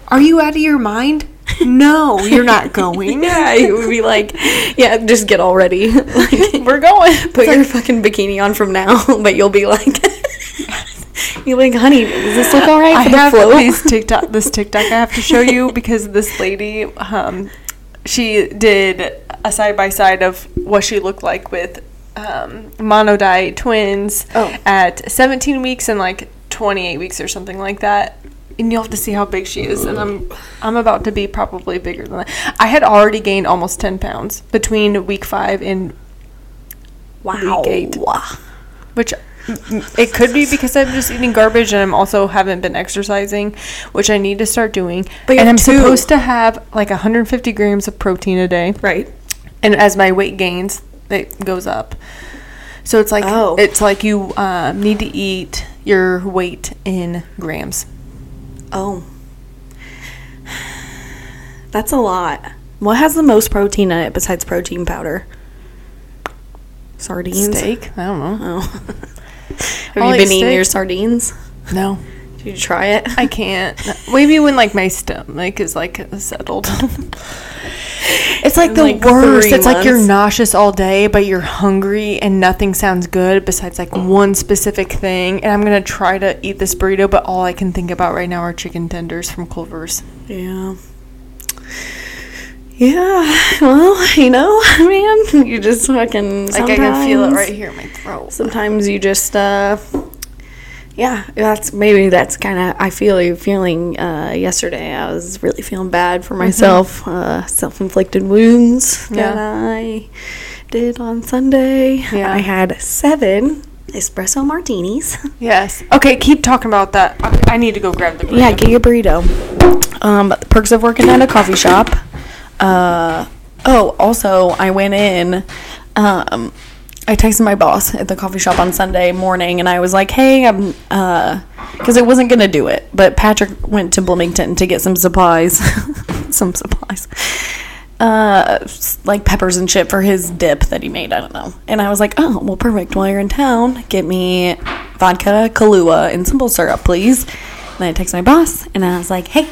[SPEAKER 3] Are you out of your mind? No, you're not going.
[SPEAKER 2] yeah, it would be like, yeah, just get all ready. Like,
[SPEAKER 3] We're going.
[SPEAKER 2] put your fucking bikini on from now, but you'll be like, you're like, honey, does this look all right
[SPEAKER 3] I
[SPEAKER 2] for the
[SPEAKER 3] have
[SPEAKER 2] float?
[SPEAKER 3] these TikTok. This TikTok I have to show you because this lady, um, she did a side by side of what she looked like with um, monodye twins
[SPEAKER 2] Oh.
[SPEAKER 3] at 17 weeks and like 28 weeks or something like that. And you'll have to see how big she is. And I'm I'm about to be probably bigger than that. I had already gained almost 10 pounds between week five and
[SPEAKER 2] Wow.
[SPEAKER 3] Week which m- m- it could be because I'm just eating garbage and I'm also haven't been exercising, which I need to start doing.
[SPEAKER 2] But
[SPEAKER 3] and
[SPEAKER 2] you're
[SPEAKER 3] I'm
[SPEAKER 2] two.
[SPEAKER 3] supposed to have like 150 grams of protein a day,
[SPEAKER 2] Right.
[SPEAKER 3] and as my weight gains, it goes up. So it's like
[SPEAKER 2] Oh.
[SPEAKER 3] it's like you um, need to eat your weight in grams.
[SPEAKER 2] Oh. That's a lot. What has the most protein in it besides protein powder? Sardines.
[SPEAKER 3] Steak? I don't know.
[SPEAKER 2] Oh. Have
[SPEAKER 3] I'll
[SPEAKER 2] you
[SPEAKER 3] eat
[SPEAKER 2] been eating your
[SPEAKER 3] steak.
[SPEAKER 2] sardines?
[SPEAKER 3] No,
[SPEAKER 2] Did you try it?
[SPEAKER 3] I can't. Maybe when like my stomach is like settled. It's like
[SPEAKER 2] In,
[SPEAKER 3] the
[SPEAKER 2] like,
[SPEAKER 3] worst.
[SPEAKER 2] three
[SPEAKER 3] It's like you're
[SPEAKER 2] months.
[SPEAKER 3] nauseous all day, but you're hungry and nothing sounds good besides like one specific thing. And I'm gonna try to eat this burrito, but all I can think about right now are chicken tenders from Culver's.
[SPEAKER 2] Yeah. Yeah. Well, you know, man, you just fucking.
[SPEAKER 3] Like I can feel it
[SPEAKER 2] sometimes-
[SPEAKER 3] right here in my throat.
[SPEAKER 2] Sometimes you just. uh yeah, that's maybe that's kind of I feel you feeling. Uh, yesterday, I was really feeling bad for myself, uh, self-inflicted wounds
[SPEAKER 3] Mm-hmm. Yeah.
[SPEAKER 2] that I did on Sunday.
[SPEAKER 3] Yeah.
[SPEAKER 2] I had seven espresso martinis.
[SPEAKER 3] Yes. Okay, keep talking about that. I, I need to go grab the burrito.
[SPEAKER 2] Yeah, get your burrito. Um, perks of working at a coffee shop. Uh, oh, also, I went in. Um, I texted my boss at the coffee shop on Sunday morning, and I was like, "Hey, I'm," because I wasn't gonna do it. But Patrick went to Bloomington to get some supplies, some supplies, uh, s- like peppers and shit for his dip that he made. I don't know. And I was like, "Oh, well, perfect. While you're in town, get me vodka, Kahlua, and simple syrup, please." And I texted my boss, and I was like, "Hey."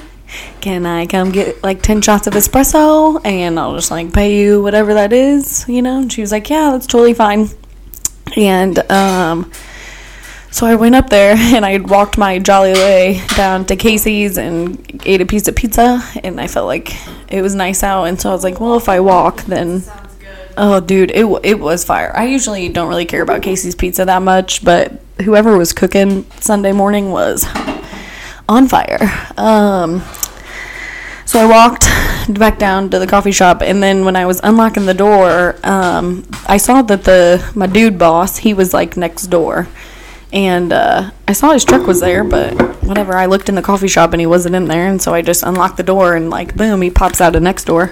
[SPEAKER 2] Can I come get like 10 shots of espresso and I'll just like pay you whatever that is, you know? And she was like, Yeah, that's totally fine. And um, so I went up there and I had walked my jolly way down to Casey's and ate a piece of pizza. And I felt like it was nice out. And so I was like, Well, if I walk, then. Oh, dude, it, wa- it was fire. I usually don't really care about Casey's pizza that much, but whoever was cooking Sunday morning was on fire. Um, so I walked back down to the coffee shop, and then when I was unlocking the door, um, I saw that the my dude boss he was like next door, and uh, I saw his truck was there, but whatever. I looked in the coffee shop and he wasn't in there, and so I just unlocked the door and like boom, he pops out of next door,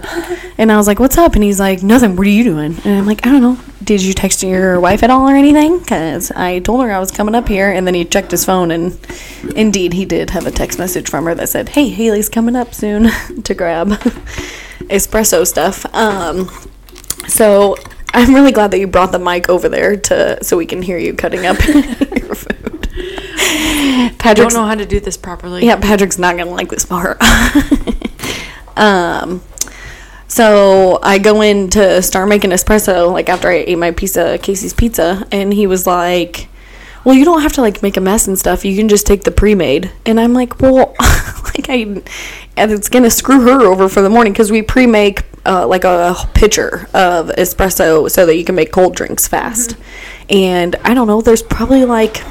[SPEAKER 2] and I was like, "What's up?" And he's like, "Nothing. What are you doing?" And I'm like, "I don't know. Did you text your wife at all or anything?" Because I told her I was coming up here, and then he checked his phone, and indeed, he did have a text message from her that said, "Hey, Haley's coming up soon to grab espresso stuff." Um, so I'm really glad that you brought the mic over there to so we can hear you cutting up your food.
[SPEAKER 3] I don't
[SPEAKER 2] Patrick's
[SPEAKER 3] know how to do this properly.
[SPEAKER 2] yeah, Patrick's not gonna like this part. um, so I go in to start making espresso, like after I ate my piece of Casey's pizza, and he was like, "Well, you don't have to like make a mess and stuff. You can just take the pre-made." And I'm like, "Well, like I, and it's gonna screw her over for the morning because we pre-make uh, like a pitcher of espresso so that you can make cold drinks fast." And I don't know, there's probably like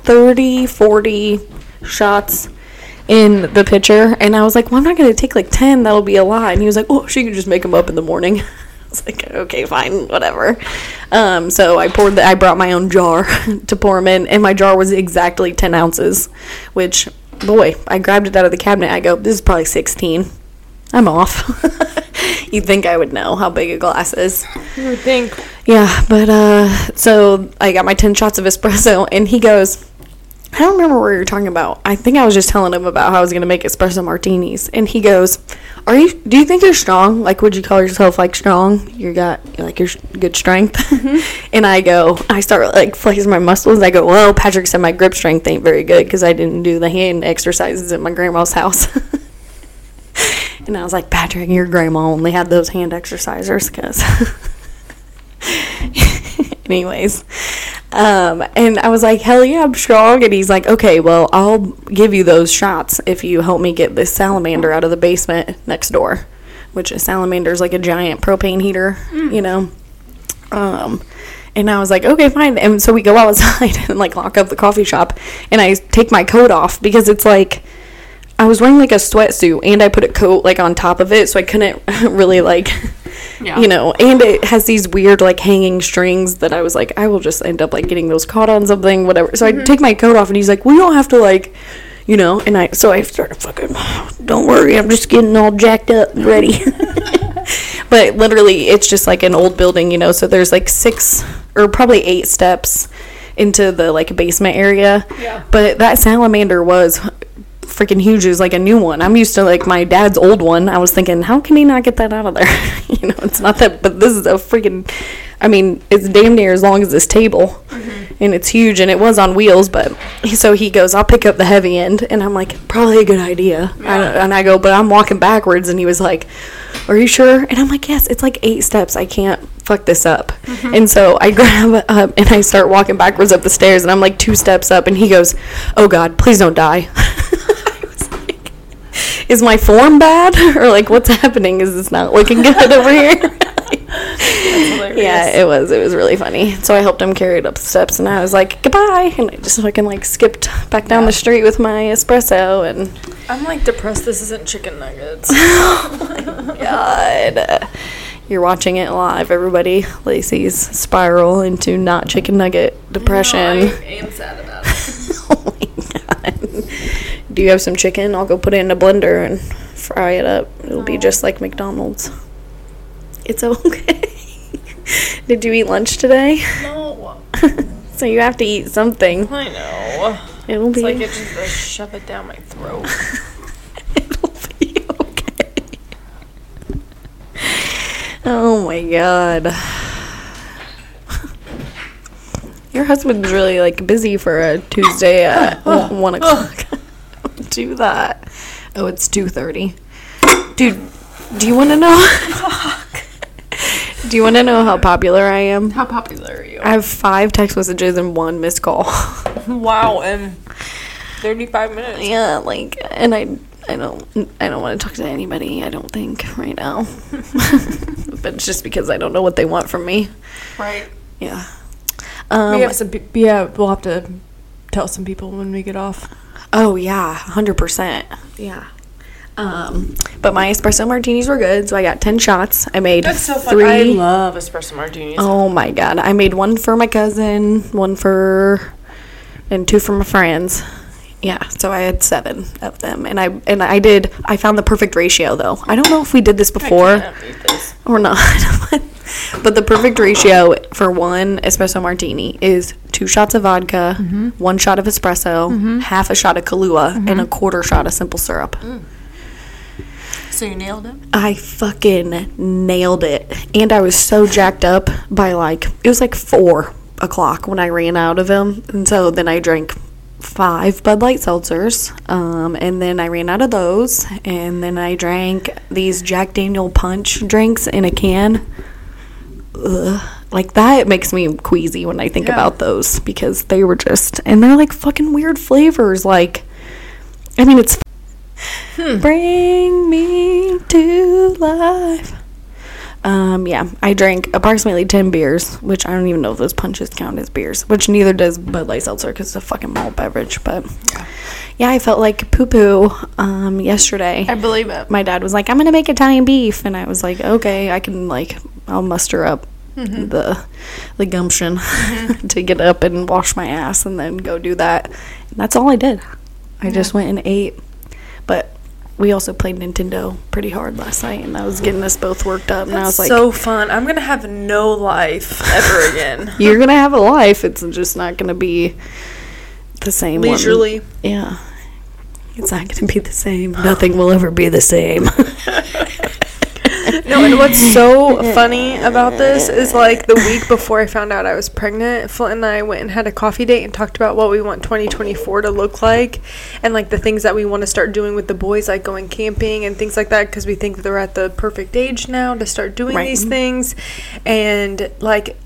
[SPEAKER 2] 30, 40 shots in the pitcher. And I was like, well, I'm not going to take like 10. That'll be a lot. And he was like, oh, she can just make them up in the morning. I was like, okay, fine, whatever. Um, so I poured the, I brought my own jar to pour them in. And my jar was exactly 10 ounces, which, boy, I grabbed it out of the cabinet. I go, this is probably 16. I'm off. You'd think I would know how big a glass is.
[SPEAKER 3] You would think.
[SPEAKER 2] Yeah, but uh, so I got my 10 shots of espresso, and he goes, I don't remember what you were talking about. I think I was just telling him about how I was going to make espresso martinis. And he goes, Are you, do you think you're strong? Like, would you call yourself like strong? You got like your sh- good strength. and I go, I start like flexing my muscles. I go, Well, Patrick said my grip strength ain't very good because I didn't do the hand exercises at my grandma's house. and I was like, Patrick, your grandma only had those hand exercisers because. anyways um and i was like hell yeah i'm strong and he's like okay well i'll give you those shots if you help me get this salamander out of the basement next door which a salamander is like a giant propane heater you know um and I was like, okay, fine. And so we go outside and like lock up the coffee shop, and I take my coat off because it's like I was wearing like a sweatsuit, and I put a coat like on top of it, so I couldn't really like,
[SPEAKER 3] Yeah.
[SPEAKER 2] you know. And it has these weird like hanging strings that I was like, I will just end up like getting those caught on something, whatever. So I take my coat off, and he's like, well, you don't have to like. You know, and I so I started fucking. Don't worry, I'm just getting all jacked up, and ready. but literally it's just like an old building you know so there's like six or probably eight steps into the like basement area yeah. but that salamander was freaking huge it was like a new one i'm used to like my dad's old one i was thinking how can he not get that out of there you know it's not that but this is a freaking i mean it's damn near as long as this table and it's huge and it was on wheels but so he goes i'll pick up the heavy end and i'm like probably a good idea I don't- and i go but i'm walking backwards and he was like are you sure? And I'm like, yes, it's like eight steps. I can't fuck this up. And so I grab up and I start walking backwards up the stairs and I'm like two steps up and he goes, oh God, please don't die. I was like, Is my form bad? Or like, what's happening? Is this not looking good over here? yeah, it was. It was really funny. So I helped him carry it up the steps and I was like, goodbye. And I just fucking like skipped back down the street with my espresso and
[SPEAKER 6] I'm like depressed. This isn't chicken nuggets.
[SPEAKER 2] God. You're watching it live, everybody. Lacey's spiral into not chicken nugget depression.
[SPEAKER 6] am sad about
[SPEAKER 2] oh my God. Do you have some chicken? I'll go put it in a blender and
[SPEAKER 6] Oh.
[SPEAKER 2] fry it up. It'll be just like McDonald's. It's okay. Did you eat lunch today?
[SPEAKER 6] No,
[SPEAKER 2] So you have to eat something.
[SPEAKER 6] I know.
[SPEAKER 2] It will
[SPEAKER 6] It's
[SPEAKER 2] be.
[SPEAKER 6] like it just I shove it down my throat.
[SPEAKER 2] It'll be okay. Oh my god. Your husband's really like busy for a Tuesday at
[SPEAKER 6] Oh.
[SPEAKER 2] one one o'clock. Don't do that. Oh, it's two thirty. Dude, do you want to know? do you want to know how popular I am?
[SPEAKER 6] How popular are you?
[SPEAKER 2] I have five text messages and one missed call.
[SPEAKER 6] Wow, in 35 minutes.
[SPEAKER 2] yeah, like, and I, I don't, I don't want to talk to anybody. I don't think right now, but it's just because I don't know what they want from me.
[SPEAKER 6] Right.
[SPEAKER 2] Yeah. Um,
[SPEAKER 6] we have some. peop yeah, we'll have to tell some people when we get off.
[SPEAKER 2] Oh yeah, hundred percent. Yeah. Um, but my espresso martinis were good, so I got ten shots. I made three.
[SPEAKER 6] I love espresso martinis.
[SPEAKER 2] Oh my god. I made one for my cousin, one for and two for my friends. Yeah, so I had seven of them and I and I did I found the perfect ratio though. I don't know if we did this before
[SPEAKER 6] I need this.
[SPEAKER 2] or not. but the perfect ratio for one espresso martini is two shots of vodka, one shot of espresso, half a shot of Kahlua, and a quarter shot of simple syrup.
[SPEAKER 6] So you nailed it.
[SPEAKER 2] I fucking nailed it. And I was so jacked up by like, it was like four o'clock when I ran out of them. And so then I drank five Bud Light seltzers. Um, and then I ran out of those. And then I drank these Jack Daniel punch drinks in a can. Ugh. Like that makes me queasy when I think about those because they were just, and they're like fucking weird flavors. Like, I mean, it's Bring me to life. Um, yeah, I drank approximately 10 beers, which I don't even know if those punches count as beers, which neither does Bud Light Seltzer because it's a fucking malt beverage. But yeah, I felt like poo poo um, yesterday.
[SPEAKER 6] I believe it.
[SPEAKER 2] My dad was like, I'm going to make Italian beef. And I was like, okay, I can, like, I'll muster up.
[SPEAKER 6] Mm-hmm.
[SPEAKER 2] The the gumption to get up and wash my ass and then go do that. And that's all I did. I just went and ate but we also played Nintendo pretty hard last night, and that was getting us both worked up. and I was like,
[SPEAKER 6] so fun. I'm gonna have no life ever again.
[SPEAKER 2] "You're gonna have a life. It's just not gonna be the same." one."
[SPEAKER 6] Leisurely.
[SPEAKER 2] yeah. It's not gonna be the same. Nothing will ever be the same.
[SPEAKER 3] No, and what's so funny about this is like the week before I found out I was pregnant, Flint and I went and had a coffee date and talked about what we want 2024 to look like and like the things that we want to start doing with the boys, like going camping and things like that, because we think they're at the perfect age now to start doing
[SPEAKER 2] Right.
[SPEAKER 3] these things. And like,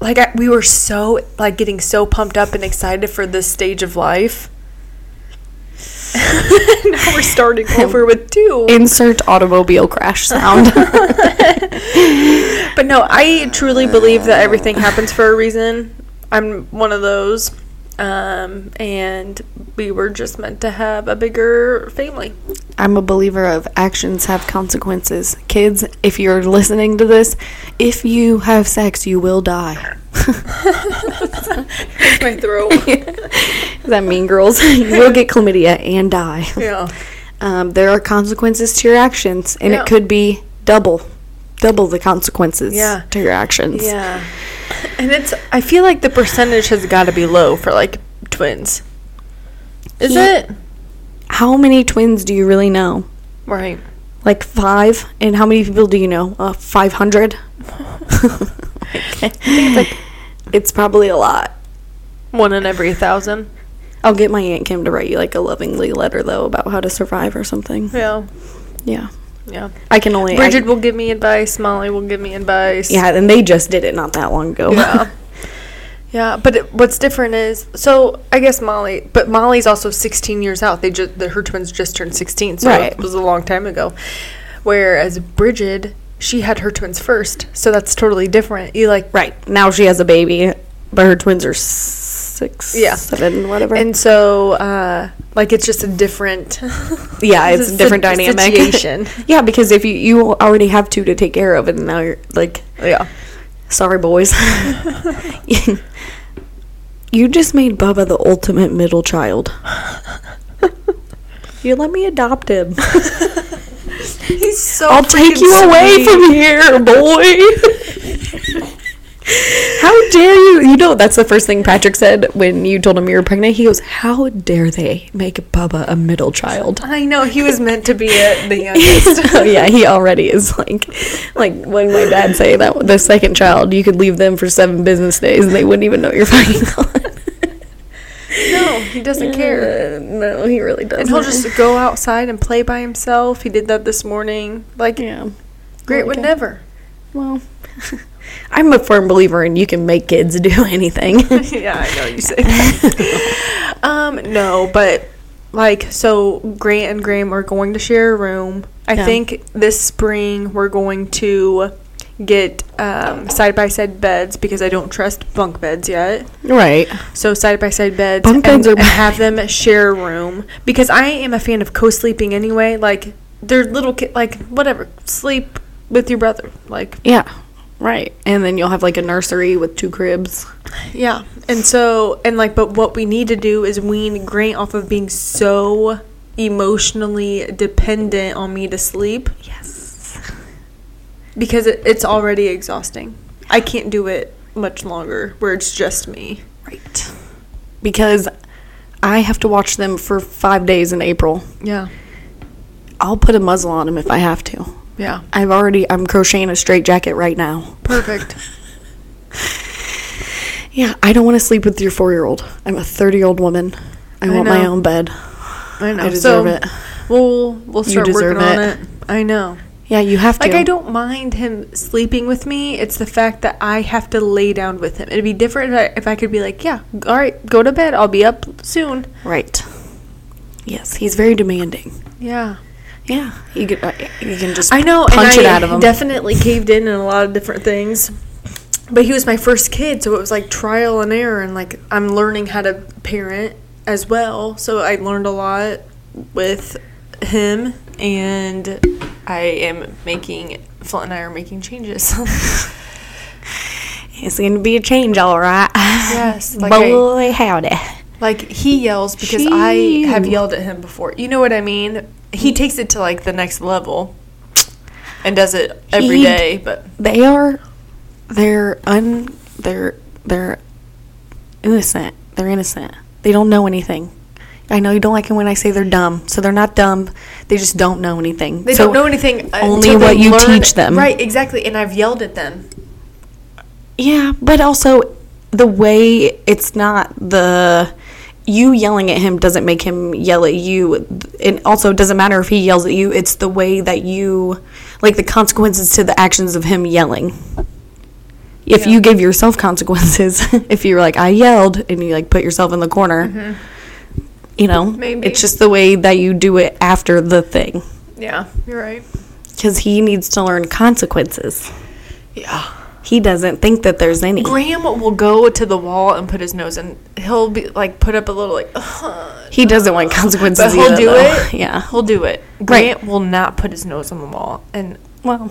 [SPEAKER 3] like I, we were so like getting so pumped up and excited for this stage of life. now we're starting over with two.
[SPEAKER 2] Insert automobile crash sound.
[SPEAKER 3] But no, I truly believe that everything happens for a reason. I'm one of those. Um, and we were just meant to have a bigger family.
[SPEAKER 2] I'm a believer of actions have consequences. Kids, if you're listening to this, if you have sex, you will die.
[SPEAKER 3] My throat.
[SPEAKER 2] Is that mean, girls? you will get chlamydia and die.
[SPEAKER 3] yeah.
[SPEAKER 2] um, there are consequences to your actions, and
[SPEAKER 3] Yeah.
[SPEAKER 2] it could be double, double the consequences
[SPEAKER 3] Yeah.
[SPEAKER 2] to your actions.
[SPEAKER 3] Yeah. And it's, I feel like the percentage has got to be low for like twins. Is
[SPEAKER 2] Yeah.
[SPEAKER 3] it?
[SPEAKER 2] How many twins do you really know?
[SPEAKER 3] Right.
[SPEAKER 2] Like five, and how many people do you know? Uh, Five hundred. It's probably a lot.
[SPEAKER 3] One in every thousand.
[SPEAKER 2] I'll get my aunt Kim to write you like a lovingly letter though about how to survive or something.
[SPEAKER 3] Yeah.
[SPEAKER 2] Yeah,
[SPEAKER 3] Yeah.
[SPEAKER 2] I can only I-
[SPEAKER 3] Bridget will give me advice. Molly will give me advice.
[SPEAKER 2] yeah, and they just did it not that long ago.
[SPEAKER 3] yeah. Yeah, but it, what's different is so I guess Molly, but Molly's also 16 years out. They just the, her twins just turned 16, so
[SPEAKER 2] Right.
[SPEAKER 3] it was a long time ago. Whereas Bridget, she had her twins first, so that's totally different. You like
[SPEAKER 2] right now she has a baby, but her twins are six,
[SPEAKER 3] Yeah.
[SPEAKER 2] seven, whatever.
[SPEAKER 3] and so uh like it's just a different
[SPEAKER 2] yeah, it's a
[SPEAKER 3] sit-
[SPEAKER 2] different dynamic.
[SPEAKER 3] situation.
[SPEAKER 2] yeah, because if you you already have two to take care of, and now you're like,
[SPEAKER 3] yeah.
[SPEAKER 2] sorry, boys. you just made Bubba the ultimate middle child. you let me adopt him.
[SPEAKER 3] He's so
[SPEAKER 2] I'll take you away from here, boy. How dare you? You know, that's the first thing Patrick said when you told him you were pregnant. He goes, How dare they make Bubba a middle child?
[SPEAKER 3] I know he was meant to be a, the youngest.
[SPEAKER 2] oh, yeah, he already is like, like when my dad say that the second child, you could leave them for seven business days and they wouldn't even know you're fucking gone.
[SPEAKER 3] no, he doesn't care.
[SPEAKER 2] Uh, no, he really doesn't.
[SPEAKER 3] And he'll just go outside and play by himself. He did that this morning. Like
[SPEAKER 2] yeah.
[SPEAKER 3] great
[SPEAKER 2] Okay.
[SPEAKER 3] would never.
[SPEAKER 2] Well, I'm a firm believer in you can make kids do anything.
[SPEAKER 3] yeah, I know you say that. um, no, but like so Grant and Graham are going to share a room. I
[SPEAKER 2] Yeah.
[SPEAKER 3] think this spring we're going to get um side by side beds because I don't trust bunk beds yet.
[SPEAKER 2] right.
[SPEAKER 3] So side by side beds
[SPEAKER 2] Bunk
[SPEAKER 3] and,
[SPEAKER 2] beds are
[SPEAKER 3] and
[SPEAKER 2] bad.
[SPEAKER 3] have them share a room because I am a fan of co-sleeping anyway. Like they're little kid like whatever, sleep with your brother. Like
[SPEAKER 2] Yeah. Right. And then you'll have like a nursery with two cribs.
[SPEAKER 3] Yeah. And so, and like, but what we need to do is wean Grant off of being so emotionally dependent on me to sleep
[SPEAKER 2] Yes.
[SPEAKER 3] because it, it's already exhausting. I can't do it much longer where it's just me.
[SPEAKER 2] Right. Because I have to watch them for five days in April.
[SPEAKER 3] Yeah.
[SPEAKER 2] I'll put a muzzle on them if I have to.
[SPEAKER 3] Yeah.
[SPEAKER 2] I've already, I'm crocheting a straight jacket right now.
[SPEAKER 3] Perfect.
[SPEAKER 2] Yeah, I don't want to sleep with your four year old. I'm a 30 year old woman. I,
[SPEAKER 3] I
[SPEAKER 2] want my
[SPEAKER 3] know.
[SPEAKER 2] own bed.
[SPEAKER 3] I know.
[SPEAKER 2] I deserve
[SPEAKER 3] so
[SPEAKER 2] it.
[SPEAKER 3] We'll, we'll
[SPEAKER 2] You
[SPEAKER 3] start
[SPEAKER 2] deserve
[SPEAKER 3] working on
[SPEAKER 2] it.
[SPEAKER 3] it. I know.
[SPEAKER 2] Yeah, you have to.
[SPEAKER 3] Like, I don't mind him sleeping with me. It's the fact that I have to lay down with him. It'd be different if I, if I could be like, yeah, all right, go to bed. I'll be up soon.
[SPEAKER 2] Right. Yes, he's very demanding.
[SPEAKER 3] Yeah.
[SPEAKER 2] Yeah, you can, uh, you can just
[SPEAKER 3] I know,
[SPEAKER 2] punch
[SPEAKER 3] and
[SPEAKER 2] it
[SPEAKER 3] I
[SPEAKER 2] out of him.
[SPEAKER 3] Definitely caved in in a lot of different things. But he was my first kid, so it was like trial and error, and like I'm learning how to parent as well. So I learned a lot with him,
[SPEAKER 6] and I am making Flint and I are making changes.
[SPEAKER 2] it's going to be a change, all right.
[SPEAKER 6] yes, like I,
[SPEAKER 2] Boy, howdy.
[SPEAKER 6] like he yells because I have yelled at him before. You know what I mean? He
[SPEAKER 2] Mm.
[SPEAKER 6] takes it to like the next level and does it every
[SPEAKER 2] He-
[SPEAKER 6] day. But
[SPEAKER 2] They are, they're un, they're, they're innocent. They're innocent. They don't know anything. I know you don't like it when I say they're dumb, so they're not dumb. They just don't know anything.
[SPEAKER 6] they
[SPEAKER 2] So
[SPEAKER 6] don't know anything. uh,
[SPEAKER 2] only
[SPEAKER 6] until they
[SPEAKER 2] what you
[SPEAKER 6] learn-
[SPEAKER 2] teach them.
[SPEAKER 6] Right, exactly. And I've yelled at them.
[SPEAKER 2] Yeah, but also the way it's not the you yelling at him doesn't make him yell at you and also it doesn't matter if he yells at you it's the way that you like the consequences to the actions of him yelling if you give yourself consequences if you're like i yelled and you like put yourself in the corner you know
[SPEAKER 6] Mm-hmm. Maybe.
[SPEAKER 2] it's just the way that you do it after the thing
[SPEAKER 6] Yeah, you're right.
[SPEAKER 2] because he needs to learn consequences
[SPEAKER 6] Yeah.
[SPEAKER 2] he doesn't think that there's any
[SPEAKER 6] Graham will go to the wall and put his nose in. He'll be like put up a little like. "Ugh."
[SPEAKER 2] He doesn't want consequences.
[SPEAKER 6] But he'll
[SPEAKER 2] either,
[SPEAKER 6] do
[SPEAKER 2] though.
[SPEAKER 6] it.
[SPEAKER 2] Yeah.
[SPEAKER 6] he'll do it. Grant will not put his nose on the wall, and
[SPEAKER 2] Well,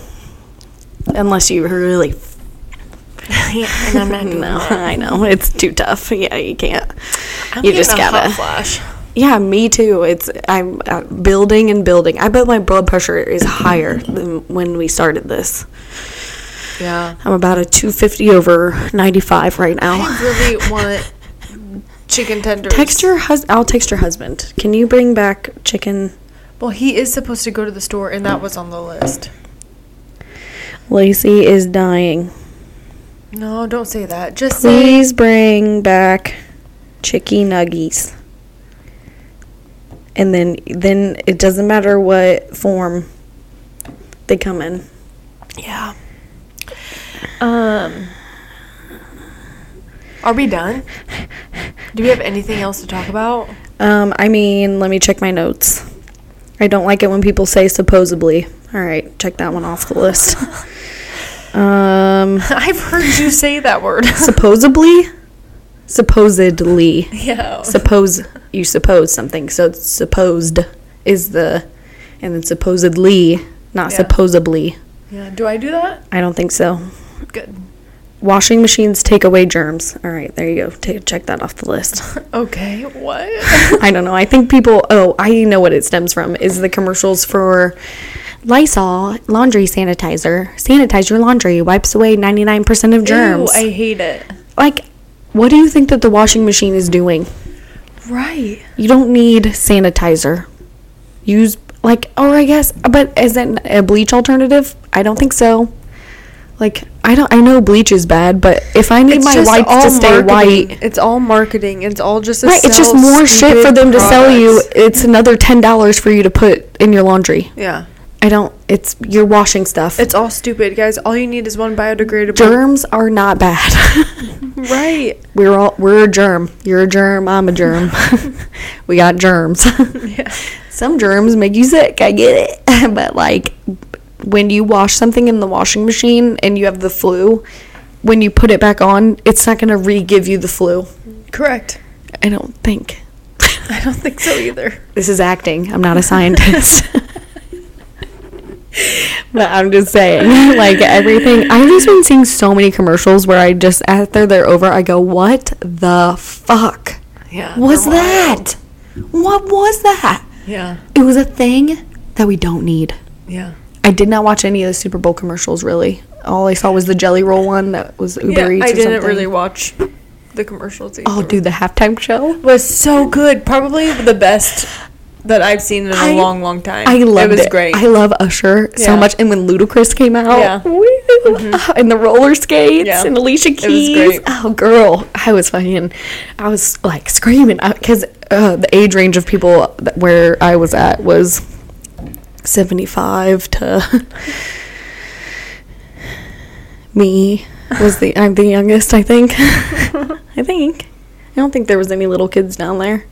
[SPEAKER 2] unless you really.
[SPEAKER 6] and I'm not doing
[SPEAKER 2] no,
[SPEAKER 6] that.
[SPEAKER 2] I know it's too tough. Yeah, you can't.
[SPEAKER 6] I'm
[SPEAKER 2] you
[SPEAKER 6] getting
[SPEAKER 2] just
[SPEAKER 6] a hot
[SPEAKER 2] gotta.
[SPEAKER 6] flash.
[SPEAKER 2] Yeah, me too. It's I'm uh, building and building. I bet my blood pressure is higher than when we started this.
[SPEAKER 6] Yeah,
[SPEAKER 2] I'm about a 250 over 95 right now.
[SPEAKER 3] I really want chicken tenders.
[SPEAKER 2] Text your husband. I'll text your husband. Can you bring back chicken?
[SPEAKER 3] Well, he is supposed to go to the store, and that was on the list.
[SPEAKER 2] Lacey is dying.
[SPEAKER 3] No, don't say that. Just say
[SPEAKER 2] Please bring back chicky nuggies. And then then it doesn't matter what form they come in.
[SPEAKER 6] yeah. Um, are we done? Do we have anything else to talk about?
[SPEAKER 2] Um, I mean, let me check my notes. I don't like it when people say supposedly. All right, check that one off the list. um,
[SPEAKER 6] I've heard you say that word.
[SPEAKER 2] supposedly, supposedly.
[SPEAKER 6] yeah.
[SPEAKER 2] suppose you suppose something so it's supposed is the and then supposedly not
[SPEAKER 6] Yeah.
[SPEAKER 2] supposedly
[SPEAKER 6] Yeah. Do I do that?
[SPEAKER 2] i don't think so
[SPEAKER 6] Good.
[SPEAKER 2] washing machines take away germs all right there you go Ta check that off the list
[SPEAKER 6] Okay. What?
[SPEAKER 2] i don't know i think people oh i know what it stems from is the commercials for Lysol laundry sanitizer. Sanitize your laundry. Wipes away 99% of germs.
[SPEAKER 3] Ew, I hate it.
[SPEAKER 2] like, what do you think that the washing machine is doing?
[SPEAKER 3] Right.
[SPEAKER 2] You don't need sanitizer. Use like, or I guess, but is it a bleach alternative? I don't think so. Like, I don't. I know bleach is bad, but if I need my
[SPEAKER 3] just
[SPEAKER 2] wipes
[SPEAKER 3] all
[SPEAKER 2] to stay
[SPEAKER 3] marketing.
[SPEAKER 2] white,
[SPEAKER 3] It's all marketing. It's all just a
[SPEAKER 2] right? It's just
[SPEAKER 3] sell
[SPEAKER 2] more shit for
[SPEAKER 3] stupid
[SPEAKER 2] them to sell you.
[SPEAKER 3] products.
[SPEAKER 2] It's another ten dollars for you to put in your laundry.
[SPEAKER 3] Yeah.
[SPEAKER 2] I don't. It's you're washing stuff.
[SPEAKER 3] It's all stupid, guys. All you need is one biodegradable.
[SPEAKER 2] germs are not bad.
[SPEAKER 3] Right.
[SPEAKER 2] we're all we're a germ. You're a germ. I'm a germ. we got germs. Some germs make you sick. I get it. but like when you wash something in the washing machine and you have the flu, when you put it back on, it's not gonna re-give you the flu.
[SPEAKER 3] Correct.
[SPEAKER 2] I don't think.
[SPEAKER 3] I don't think so either.
[SPEAKER 2] This is acting. I'm not a scientist. but I'm just saying, like everything. I've just been seeing so many commercials where I just after they're over, I go, "What the fuck
[SPEAKER 7] Yeah.
[SPEAKER 2] was that? What was that?
[SPEAKER 7] Yeah.
[SPEAKER 2] It was a thing that we don't need."
[SPEAKER 7] Yeah.
[SPEAKER 2] I did not watch any of the Super Bowl commercials. Really, all I saw was the jelly roll one that was Uber Eats.
[SPEAKER 3] I
[SPEAKER 2] or
[SPEAKER 3] didn't
[SPEAKER 2] something.
[SPEAKER 3] really watch the commercials either.
[SPEAKER 2] Oh, dude, the halftime show.
[SPEAKER 3] was so good. Probably the best that I've seen in a
[SPEAKER 2] I-
[SPEAKER 3] long, long time.
[SPEAKER 2] I loved
[SPEAKER 3] it.
[SPEAKER 2] it.
[SPEAKER 3] was great.
[SPEAKER 2] I love Usher so
[SPEAKER 3] Yeah.
[SPEAKER 2] much. And when Ludacris came out,
[SPEAKER 3] Yeah. Mm-hmm.
[SPEAKER 2] woo, and the roller skates
[SPEAKER 3] Yeah.
[SPEAKER 2] and Alicia
[SPEAKER 3] was
[SPEAKER 2] Keys.
[SPEAKER 3] great.
[SPEAKER 2] Oh, girl, I was fucking, I was like screaming because uh, the age range of people that, where I was at was seventy-five to me was the I'm the youngest. I think. I think. I don't think there was any little kids down there,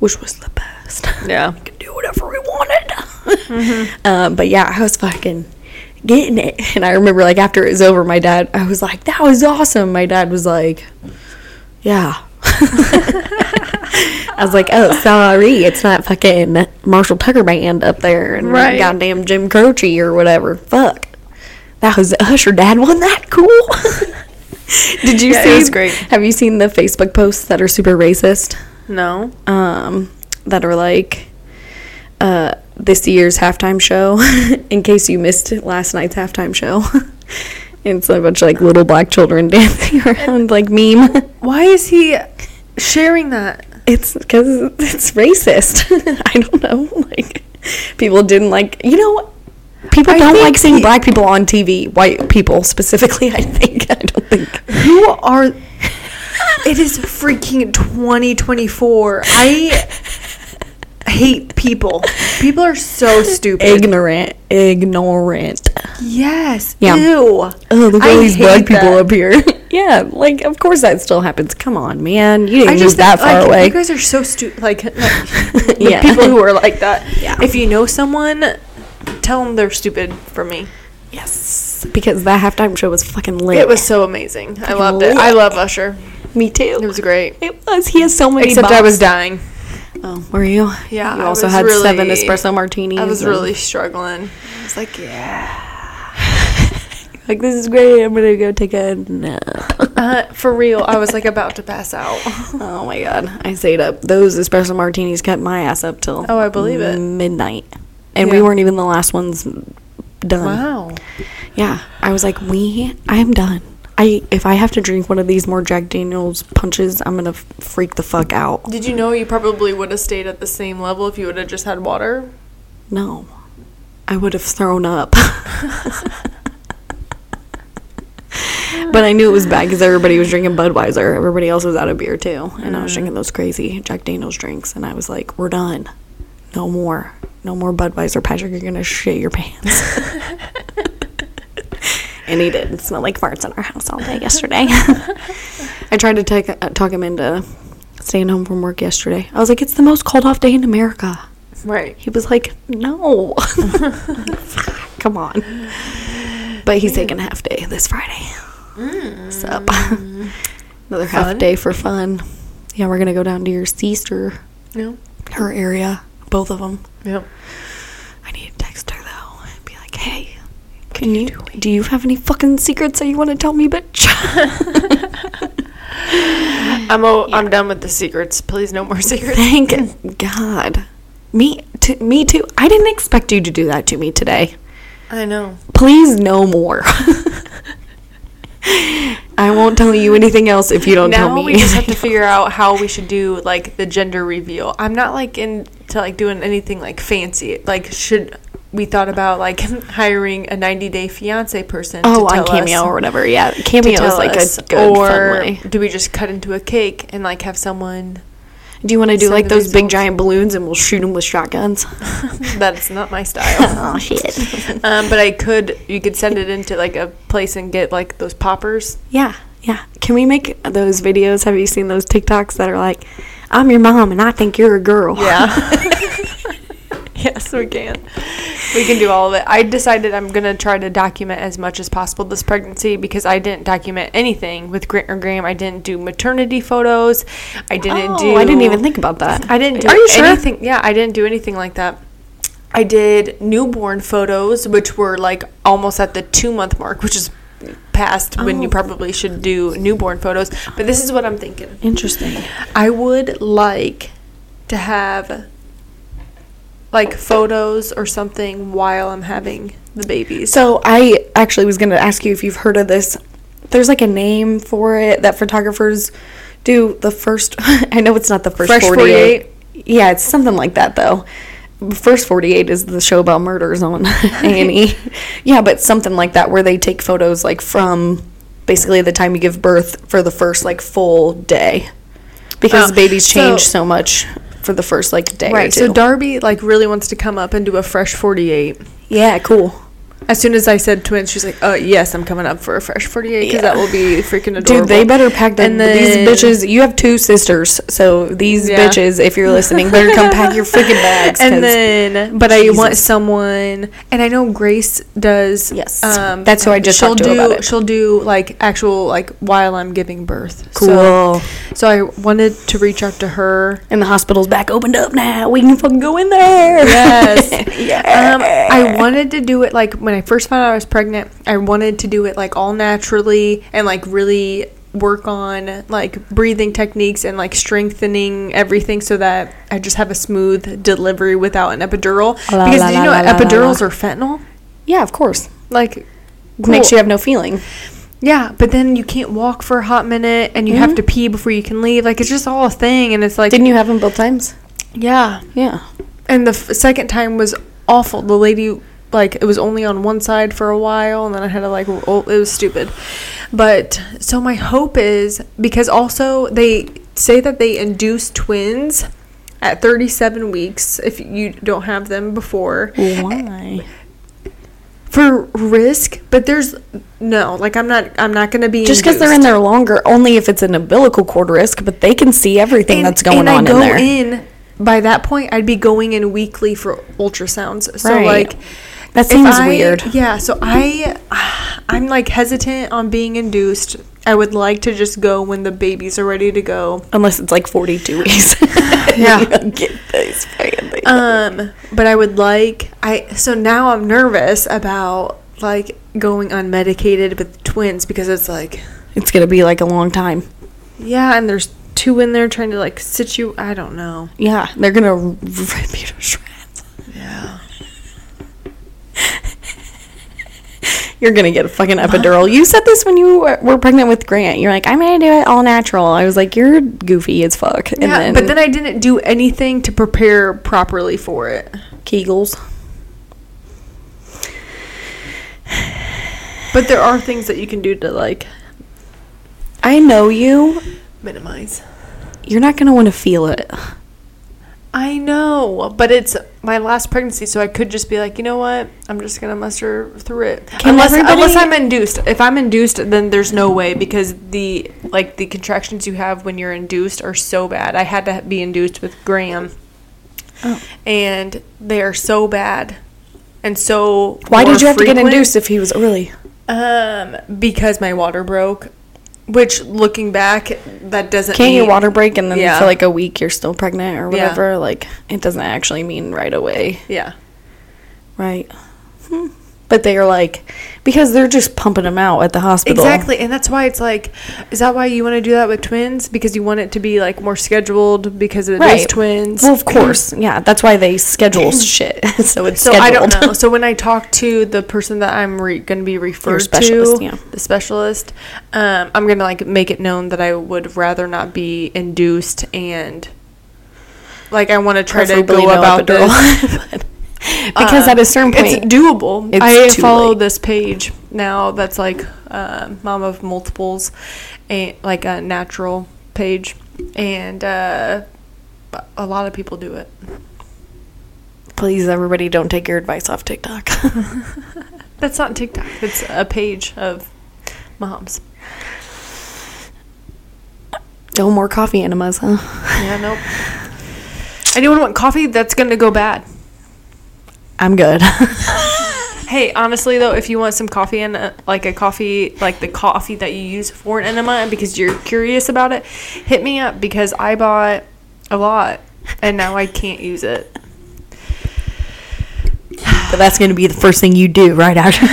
[SPEAKER 2] which was the best
[SPEAKER 3] yeah.
[SPEAKER 2] could do whatever we wanted. um, but yeah, I was fucking getting it. And I remember like after it was over, my dad, I was like, that was awesome. My dad was like, yeah. I was like, oh, sorry, it's not fucking Marshall Tucker Band up there and
[SPEAKER 3] Right.
[SPEAKER 2] goddamn Jim Croce or whatever. Fuck. That was Usher, Dad. Wasn't that cool? Did you
[SPEAKER 3] Yeah, it
[SPEAKER 2] see?
[SPEAKER 3] was great.
[SPEAKER 2] Have you seen the Facebook posts that are super racist?
[SPEAKER 3] No.
[SPEAKER 2] um, that are like uh, this year's halftime show. in case you missed last night's halftime show, it's a bunch of like little black children dancing around like meme.
[SPEAKER 3] Why is he sharing that?
[SPEAKER 2] It's because it's racist. I don't know. Like people didn't like you know. People
[SPEAKER 3] I
[SPEAKER 2] don't
[SPEAKER 3] think
[SPEAKER 2] like seeing
[SPEAKER 3] he-
[SPEAKER 2] black people on TV. White people specifically, I think. I don't think.
[SPEAKER 3] Who are? It is freaking 2024. I hate people. People are so stupid.
[SPEAKER 2] Ignorant. Ignorant.
[SPEAKER 3] yes.
[SPEAKER 2] Yeah.
[SPEAKER 3] Ew.
[SPEAKER 2] Oh, look at
[SPEAKER 3] I
[SPEAKER 2] all these
[SPEAKER 3] hate
[SPEAKER 2] black people
[SPEAKER 3] that.
[SPEAKER 2] up here. yeah, like of course that still happens. Come on, man, you didn't move that
[SPEAKER 3] think,
[SPEAKER 2] far
[SPEAKER 3] like,
[SPEAKER 2] away.
[SPEAKER 3] You guys are so stupid. Like, like the
[SPEAKER 2] Yeah.
[SPEAKER 3] people who are like that.
[SPEAKER 2] Yeah.
[SPEAKER 3] If you know someone, tell them they're stupid for me.
[SPEAKER 2] yes, because that halftime show was fucking lit.
[SPEAKER 3] It was so amazing. I loved it. I love Usher.
[SPEAKER 2] me too.
[SPEAKER 3] It was great.
[SPEAKER 2] It was. He has so many.
[SPEAKER 3] Except I was
[SPEAKER 2] bops.
[SPEAKER 3] dying.
[SPEAKER 2] Oh, were you?
[SPEAKER 3] Yeah,
[SPEAKER 2] You
[SPEAKER 3] I
[SPEAKER 2] also
[SPEAKER 3] was
[SPEAKER 2] had seven
[SPEAKER 3] really-
[SPEAKER 2] espresso martinis.
[SPEAKER 3] I was
[SPEAKER 2] and-
[SPEAKER 3] really struggling. I was like, yeah.
[SPEAKER 2] like, this is great. I'm gonna go take a nap.
[SPEAKER 3] Uh, for real, I was like about to pass out.
[SPEAKER 2] oh my god, I stayed up. Those espresso martinis kept my ass up till
[SPEAKER 3] Oh, I believe it.
[SPEAKER 2] midnight, and we
[SPEAKER 3] Yeah.
[SPEAKER 2] weren't even the last ones done.
[SPEAKER 3] Wow.
[SPEAKER 2] Yeah, I was like, we, I'm done. I if I have to drink one of these more Jack Daniels punches, I'm gonna f- freak the fuck out.
[SPEAKER 3] Did you know you probably would have stayed at the same level if you would have just had water?
[SPEAKER 2] No, I would have thrown up. but I knew it was bad because everybody was drinking Budweiser. Everybody else was out of beer too, and I was drinking those crazy Jack Daniels drinks. And I was like, we're done. No more, no more Budweiser, Patrick. You're gonna shit your pants. and he did. It smelled like farts in our house all day yesterday. I tried to take, uh, talk him into staying home from work yesterday. I was like, it's the most called off day in America.
[SPEAKER 3] Right.
[SPEAKER 2] He was like, no. Come on. But he's taking a half day this Friday. So, another half day for Mm. fun. Yeah, we're going to go down to your sister,
[SPEAKER 3] No.
[SPEAKER 2] her area, both of them.
[SPEAKER 3] Yep.
[SPEAKER 2] I need to text her though and be like, hey, can you, do you have any fucking secrets that you want to tell me, bitch?
[SPEAKER 3] I'm o- I'm done with the secrets. Please, no more secrets.
[SPEAKER 2] Thank God. Me, t- me too. I didn't expect you to do that to me today.
[SPEAKER 3] I know.
[SPEAKER 8] Please no more. I won't tell you anything else if you don't tell
[SPEAKER 3] now
[SPEAKER 8] me.
[SPEAKER 3] we just have to figure out how we should do like the gender reveal. I'm not like into like doing anything like fancy. Like should we thought about like hiring a 90 day fiance person?
[SPEAKER 8] oh,
[SPEAKER 3] to
[SPEAKER 8] on
[SPEAKER 3] tell
[SPEAKER 8] Cameo
[SPEAKER 3] us,
[SPEAKER 8] or whatever. Yeah,
[SPEAKER 3] to
[SPEAKER 8] Cameo is
[SPEAKER 3] tell
[SPEAKER 8] like
[SPEAKER 3] us,
[SPEAKER 8] a good
[SPEAKER 3] or
[SPEAKER 8] fun way.
[SPEAKER 3] do we just cut into a cake and like have someone?
[SPEAKER 8] Do you want to do
[SPEAKER 3] send
[SPEAKER 8] like
[SPEAKER 3] the
[SPEAKER 8] those big
[SPEAKER 3] results?
[SPEAKER 8] giant balloons and we'll shoot them with shotguns?
[SPEAKER 3] That's not my style.
[SPEAKER 8] Oh shit!
[SPEAKER 3] um, but I could. You could send it into like a place and get like those poppers.
[SPEAKER 8] Yeah, yeah. Can we make those videos? Have you seen those TikToks that are like, "I'm your mom and I think you're a girl"?
[SPEAKER 3] yes, we can. We can do all of it. I decided I'm going to try to document as much as possible this pregnancy because I didn't document anything with Grant or Graham. I didn't do maternity photos. I didn't
[SPEAKER 8] oh,
[SPEAKER 3] do
[SPEAKER 8] I didn't even think about that.
[SPEAKER 3] I didn't do
[SPEAKER 8] Are you sure?
[SPEAKER 3] anything. Yeah, I didn't do anything like that. I did newborn photos, which were like almost at the two month mark, which is past when
[SPEAKER 8] Oh.
[SPEAKER 3] you probably should do newborn photos. But this is what I'm thinking.
[SPEAKER 8] Interesting.
[SPEAKER 3] I would like to have like photos or something while I'm having the babies.
[SPEAKER 8] So I actually was going to ask you if you've heard of this. There's like a name for it that photographers do. The first, I know it's not the first
[SPEAKER 3] Fresh
[SPEAKER 8] 48. Yeah, it's something like that though. First 48 is the show about murders on E. Annie. yeah, but something like that where they take photos like from basically the time you give birth for the first like full day. Because
[SPEAKER 3] Oh,
[SPEAKER 8] babies change
[SPEAKER 3] so-
[SPEAKER 8] so, much for the first like day
[SPEAKER 3] right.
[SPEAKER 8] or two.
[SPEAKER 3] So Darby like really wants to come up and do a fresh 48.
[SPEAKER 8] yeah, cool.
[SPEAKER 3] As soon as I said twins, she's like, "Oh yes, I'm coming up for a fresh 48 because that will be freaking adorable."
[SPEAKER 8] Dude, they better pack the,
[SPEAKER 3] And then-
[SPEAKER 8] these bitches. You have two sisters, so these
[SPEAKER 3] Yeah.
[SPEAKER 8] bitches, if you're listening, better come pack your freaking bags.
[SPEAKER 3] And
[SPEAKER 8] 'cause-
[SPEAKER 3] then, but I want
[SPEAKER 8] Jesus.
[SPEAKER 3] someone, and I know Grace does. um,
[SPEAKER 8] Yes. That's who I just
[SPEAKER 3] She'll
[SPEAKER 8] talked to
[SPEAKER 3] do.
[SPEAKER 8] about it.
[SPEAKER 3] She'll do like actual like while I'm giving birth.
[SPEAKER 8] cool.
[SPEAKER 3] So, so I wanted to reach out to her.
[SPEAKER 8] and the hospital's back opened up now. We can fucking go in there.
[SPEAKER 3] Yes.
[SPEAKER 8] yeah.
[SPEAKER 3] Um, I wanted to do it like when I first found out I was pregnant. I wanted to do it like all naturally and like really work on like breathing techniques and like strengthening everything so that I just have a smooth delivery without an epidural.
[SPEAKER 8] La,
[SPEAKER 3] because
[SPEAKER 8] la,
[SPEAKER 3] did you
[SPEAKER 8] la,
[SPEAKER 3] know
[SPEAKER 8] la, la, la,
[SPEAKER 3] epidurals are fentanyl?
[SPEAKER 8] yeah, of course.
[SPEAKER 3] Like
[SPEAKER 8] Makes
[SPEAKER 3] cool.
[SPEAKER 8] you have no feeling.
[SPEAKER 3] yeah, but then you can't walk for a hot minute and you have to pee before you can leave. Like it's just all a thing and it's like
[SPEAKER 8] Mm-hmm. Didn't you have them both times?
[SPEAKER 3] yeah.
[SPEAKER 8] Yeah.
[SPEAKER 3] And the f- second time was awful. The lady, like, it was only on one side for a while, and then I had to, like, roll. It was stupid. But so my hope is because also they say that they induce twins at 37 weeks if you don't have them before
[SPEAKER 8] Why?
[SPEAKER 3] for risk but there's no like i'm not i'm not gonna be
[SPEAKER 8] Just because they're in there longer, only if it's an umbilical cord risk, but they can see everything that's going
[SPEAKER 3] and
[SPEAKER 8] on
[SPEAKER 3] I go
[SPEAKER 8] in there.
[SPEAKER 3] in by that point i'd be going in weekly for ultrasounds so
[SPEAKER 8] Right.
[SPEAKER 3] like
[SPEAKER 8] that
[SPEAKER 3] If
[SPEAKER 8] seems
[SPEAKER 3] I-
[SPEAKER 8] weird.
[SPEAKER 3] Yeah, so I I'm like hesitant on being induced. I would like to just go when the babies are ready to go.
[SPEAKER 8] Unless it's like 42 weeks.
[SPEAKER 3] Yeah.
[SPEAKER 8] Get those family.
[SPEAKER 3] Um, but I would like I so now I'm nervous about like going unmedicated with twins because it's like
[SPEAKER 8] It's gonna be like a long time.
[SPEAKER 3] yeah, and there's two in there trying to like sit you I don't know.
[SPEAKER 8] Yeah, they're gonna rip you to shreds.
[SPEAKER 3] Yeah.
[SPEAKER 8] You're gonna get a fucking epidural. You said this when you were were pregnant with Grant. You're like, I'm gonna do it all natural. I was like, you're goofy as fuck. And
[SPEAKER 3] yeah,
[SPEAKER 8] then,
[SPEAKER 3] but then I didn't do anything to prepare properly for it.
[SPEAKER 8] Kegels.
[SPEAKER 3] But there are things that you can do to like
[SPEAKER 8] I know you.
[SPEAKER 3] minimize.
[SPEAKER 8] You're not gonna want to feel it.
[SPEAKER 3] I know, but it's my last pregnancy, so I could just be like, you know what? I'm just gonna muster through it.
[SPEAKER 8] Can
[SPEAKER 3] unless,
[SPEAKER 8] everybody-
[SPEAKER 3] unless I'm induced. If I'm induced, then there's no way because the like the contractions you have when you're induced are so bad. I had to be induced with Graham,
[SPEAKER 8] Oh.
[SPEAKER 3] and they are so bad and so.
[SPEAKER 8] Why
[SPEAKER 3] more
[SPEAKER 8] did you have to get
[SPEAKER 3] frequent.
[SPEAKER 8] induced if he was early?
[SPEAKER 3] Um, because my water broke. Which, looking back, that doesn't.
[SPEAKER 8] Can't you
[SPEAKER 3] mean-
[SPEAKER 8] water break and then
[SPEAKER 3] Yeah.
[SPEAKER 8] for like a week you're still pregnant or
[SPEAKER 3] Yeah.
[SPEAKER 8] whatever? Like it doesn't actually mean right away,
[SPEAKER 3] Yeah.
[SPEAKER 8] right? Hmm. But they are like, because they're just pumping them out at the hospital.
[SPEAKER 3] Exactly, and that's why it's like, is that why you want to do that with twins? Because you want it to be like more scheduled because it is
[SPEAKER 8] Right.
[SPEAKER 3] twins.
[SPEAKER 8] Well, of course. Yeah, that's why they schedule shit. So it's
[SPEAKER 3] so
[SPEAKER 8] scheduled.
[SPEAKER 3] I don't know. So when I talk to the person that I'm re- going to be referred
[SPEAKER 8] specialist,
[SPEAKER 3] to,
[SPEAKER 8] yeah.
[SPEAKER 3] the specialist, um, I'm going to like make it known that I would rather not be induced and like I want to try to
[SPEAKER 8] Preferably
[SPEAKER 3] go
[SPEAKER 8] no
[SPEAKER 3] about
[SPEAKER 8] epidural.
[SPEAKER 3] this.
[SPEAKER 8] because
[SPEAKER 3] Uh,
[SPEAKER 8] at a certain
[SPEAKER 3] It's
[SPEAKER 8] point,
[SPEAKER 3] doable.
[SPEAKER 8] it's
[SPEAKER 3] I
[SPEAKER 8] too
[SPEAKER 3] follow
[SPEAKER 8] late.
[SPEAKER 3] this page now that's like uh, mom of multiples, and like a natural page, and uh, a lot of people do it.
[SPEAKER 8] please, everybody, don't take your advice off TikTok.
[SPEAKER 3] That's not TikTok. It's a page of moms.
[SPEAKER 8] no more coffee enemas, huh?
[SPEAKER 3] Yeah, nope. Anyone want coffee? That's gonna go bad.
[SPEAKER 8] I'm good.
[SPEAKER 3] Hey, honestly though, if you want some coffee and uh, like a coffee, like the coffee that you use for an enema, and because you're curious about it, hit me up because I bought a lot and now I can't use it.
[SPEAKER 8] but that's going to be the first thing you do right after.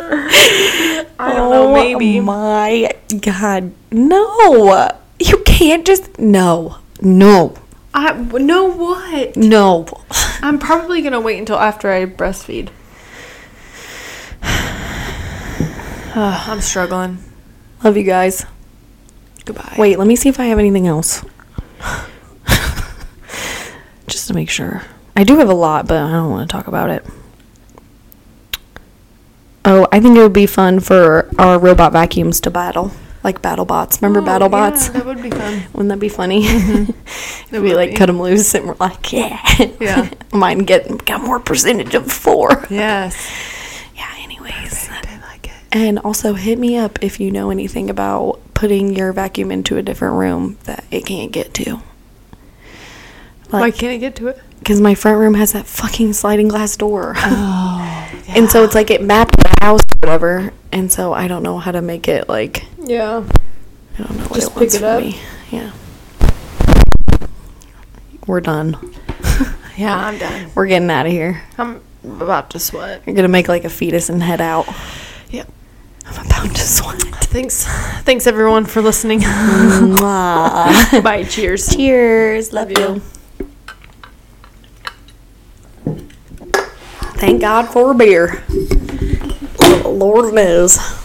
[SPEAKER 3] I don't know, maybe.
[SPEAKER 8] Oh my God. No. You can't just. No. No.
[SPEAKER 3] I know what.
[SPEAKER 8] No.
[SPEAKER 3] I'm probably gonna wait until after I breastfeed. Ugh, I'm struggling.
[SPEAKER 8] Love you guys.
[SPEAKER 3] Goodbye.
[SPEAKER 8] Wait, let me see if I have anything else. Just to make sure. I do have a lot, but I don't want to talk about it. Oh, I think it would be fun for our robot vacuums to battle. Like battle bots.
[SPEAKER 3] Oh,
[SPEAKER 8] Remember battle bots?
[SPEAKER 3] that would be fun.
[SPEAKER 8] Wouldn't that be funny?
[SPEAKER 3] Mm-hmm. It
[SPEAKER 8] we
[SPEAKER 3] would
[SPEAKER 8] like
[SPEAKER 3] be.
[SPEAKER 8] cut 'em cut them loose and we're like, yeah.
[SPEAKER 3] Yeah.
[SPEAKER 8] Mine get got more percentage of four.
[SPEAKER 3] Yes.
[SPEAKER 8] Yeah, anyways.
[SPEAKER 3] I like it.
[SPEAKER 8] And also hit me up if you know anything about putting your vacuum into a different room that it can't get to.
[SPEAKER 3] Why
[SPEAKER 8] Like,
[SPEAKER 3] can't it get to it?
[SPEAKER 8] because my front room has that fucking sliding glass door.
[SPEAKER 3] Oh,
[SPEAKER 8] And so it's like it mapped the house or whatever. And so I don't know how to make it like,
[SPEAKER 3] Yeah.
[SPEAKER 8] I don't know what
[SPEAKER 3] Just
[SPEAKER 8] it
[SPEAKER 3] pick
[SPEAKER 8] wants
[SPEAKER 3] it
[SPEAKER 8] from
[SPEAKER 3] up.
[SPEAKER 8] me. Yeah. We're done.
[SPEAKER 3] Yeah, I'm done.
[SPEAKER 8] We're getting out of here.
[SPEAKER 3] I'm about to sweat.
[SPEAKER 8] You're going to make like a fetus and head out.
[SPEAKER 3] Yep.
[SPEAKER 8] I'm about to sweat.
[SPEAKER 3] Thanks. Thanks everyone for listening.
[SPEAKER 8] Mwah.
[SPEAKER 3] Bye. Cheers.
[SPEAKER 8] Cheers. Love you. Thank God for a beer. Lord knows.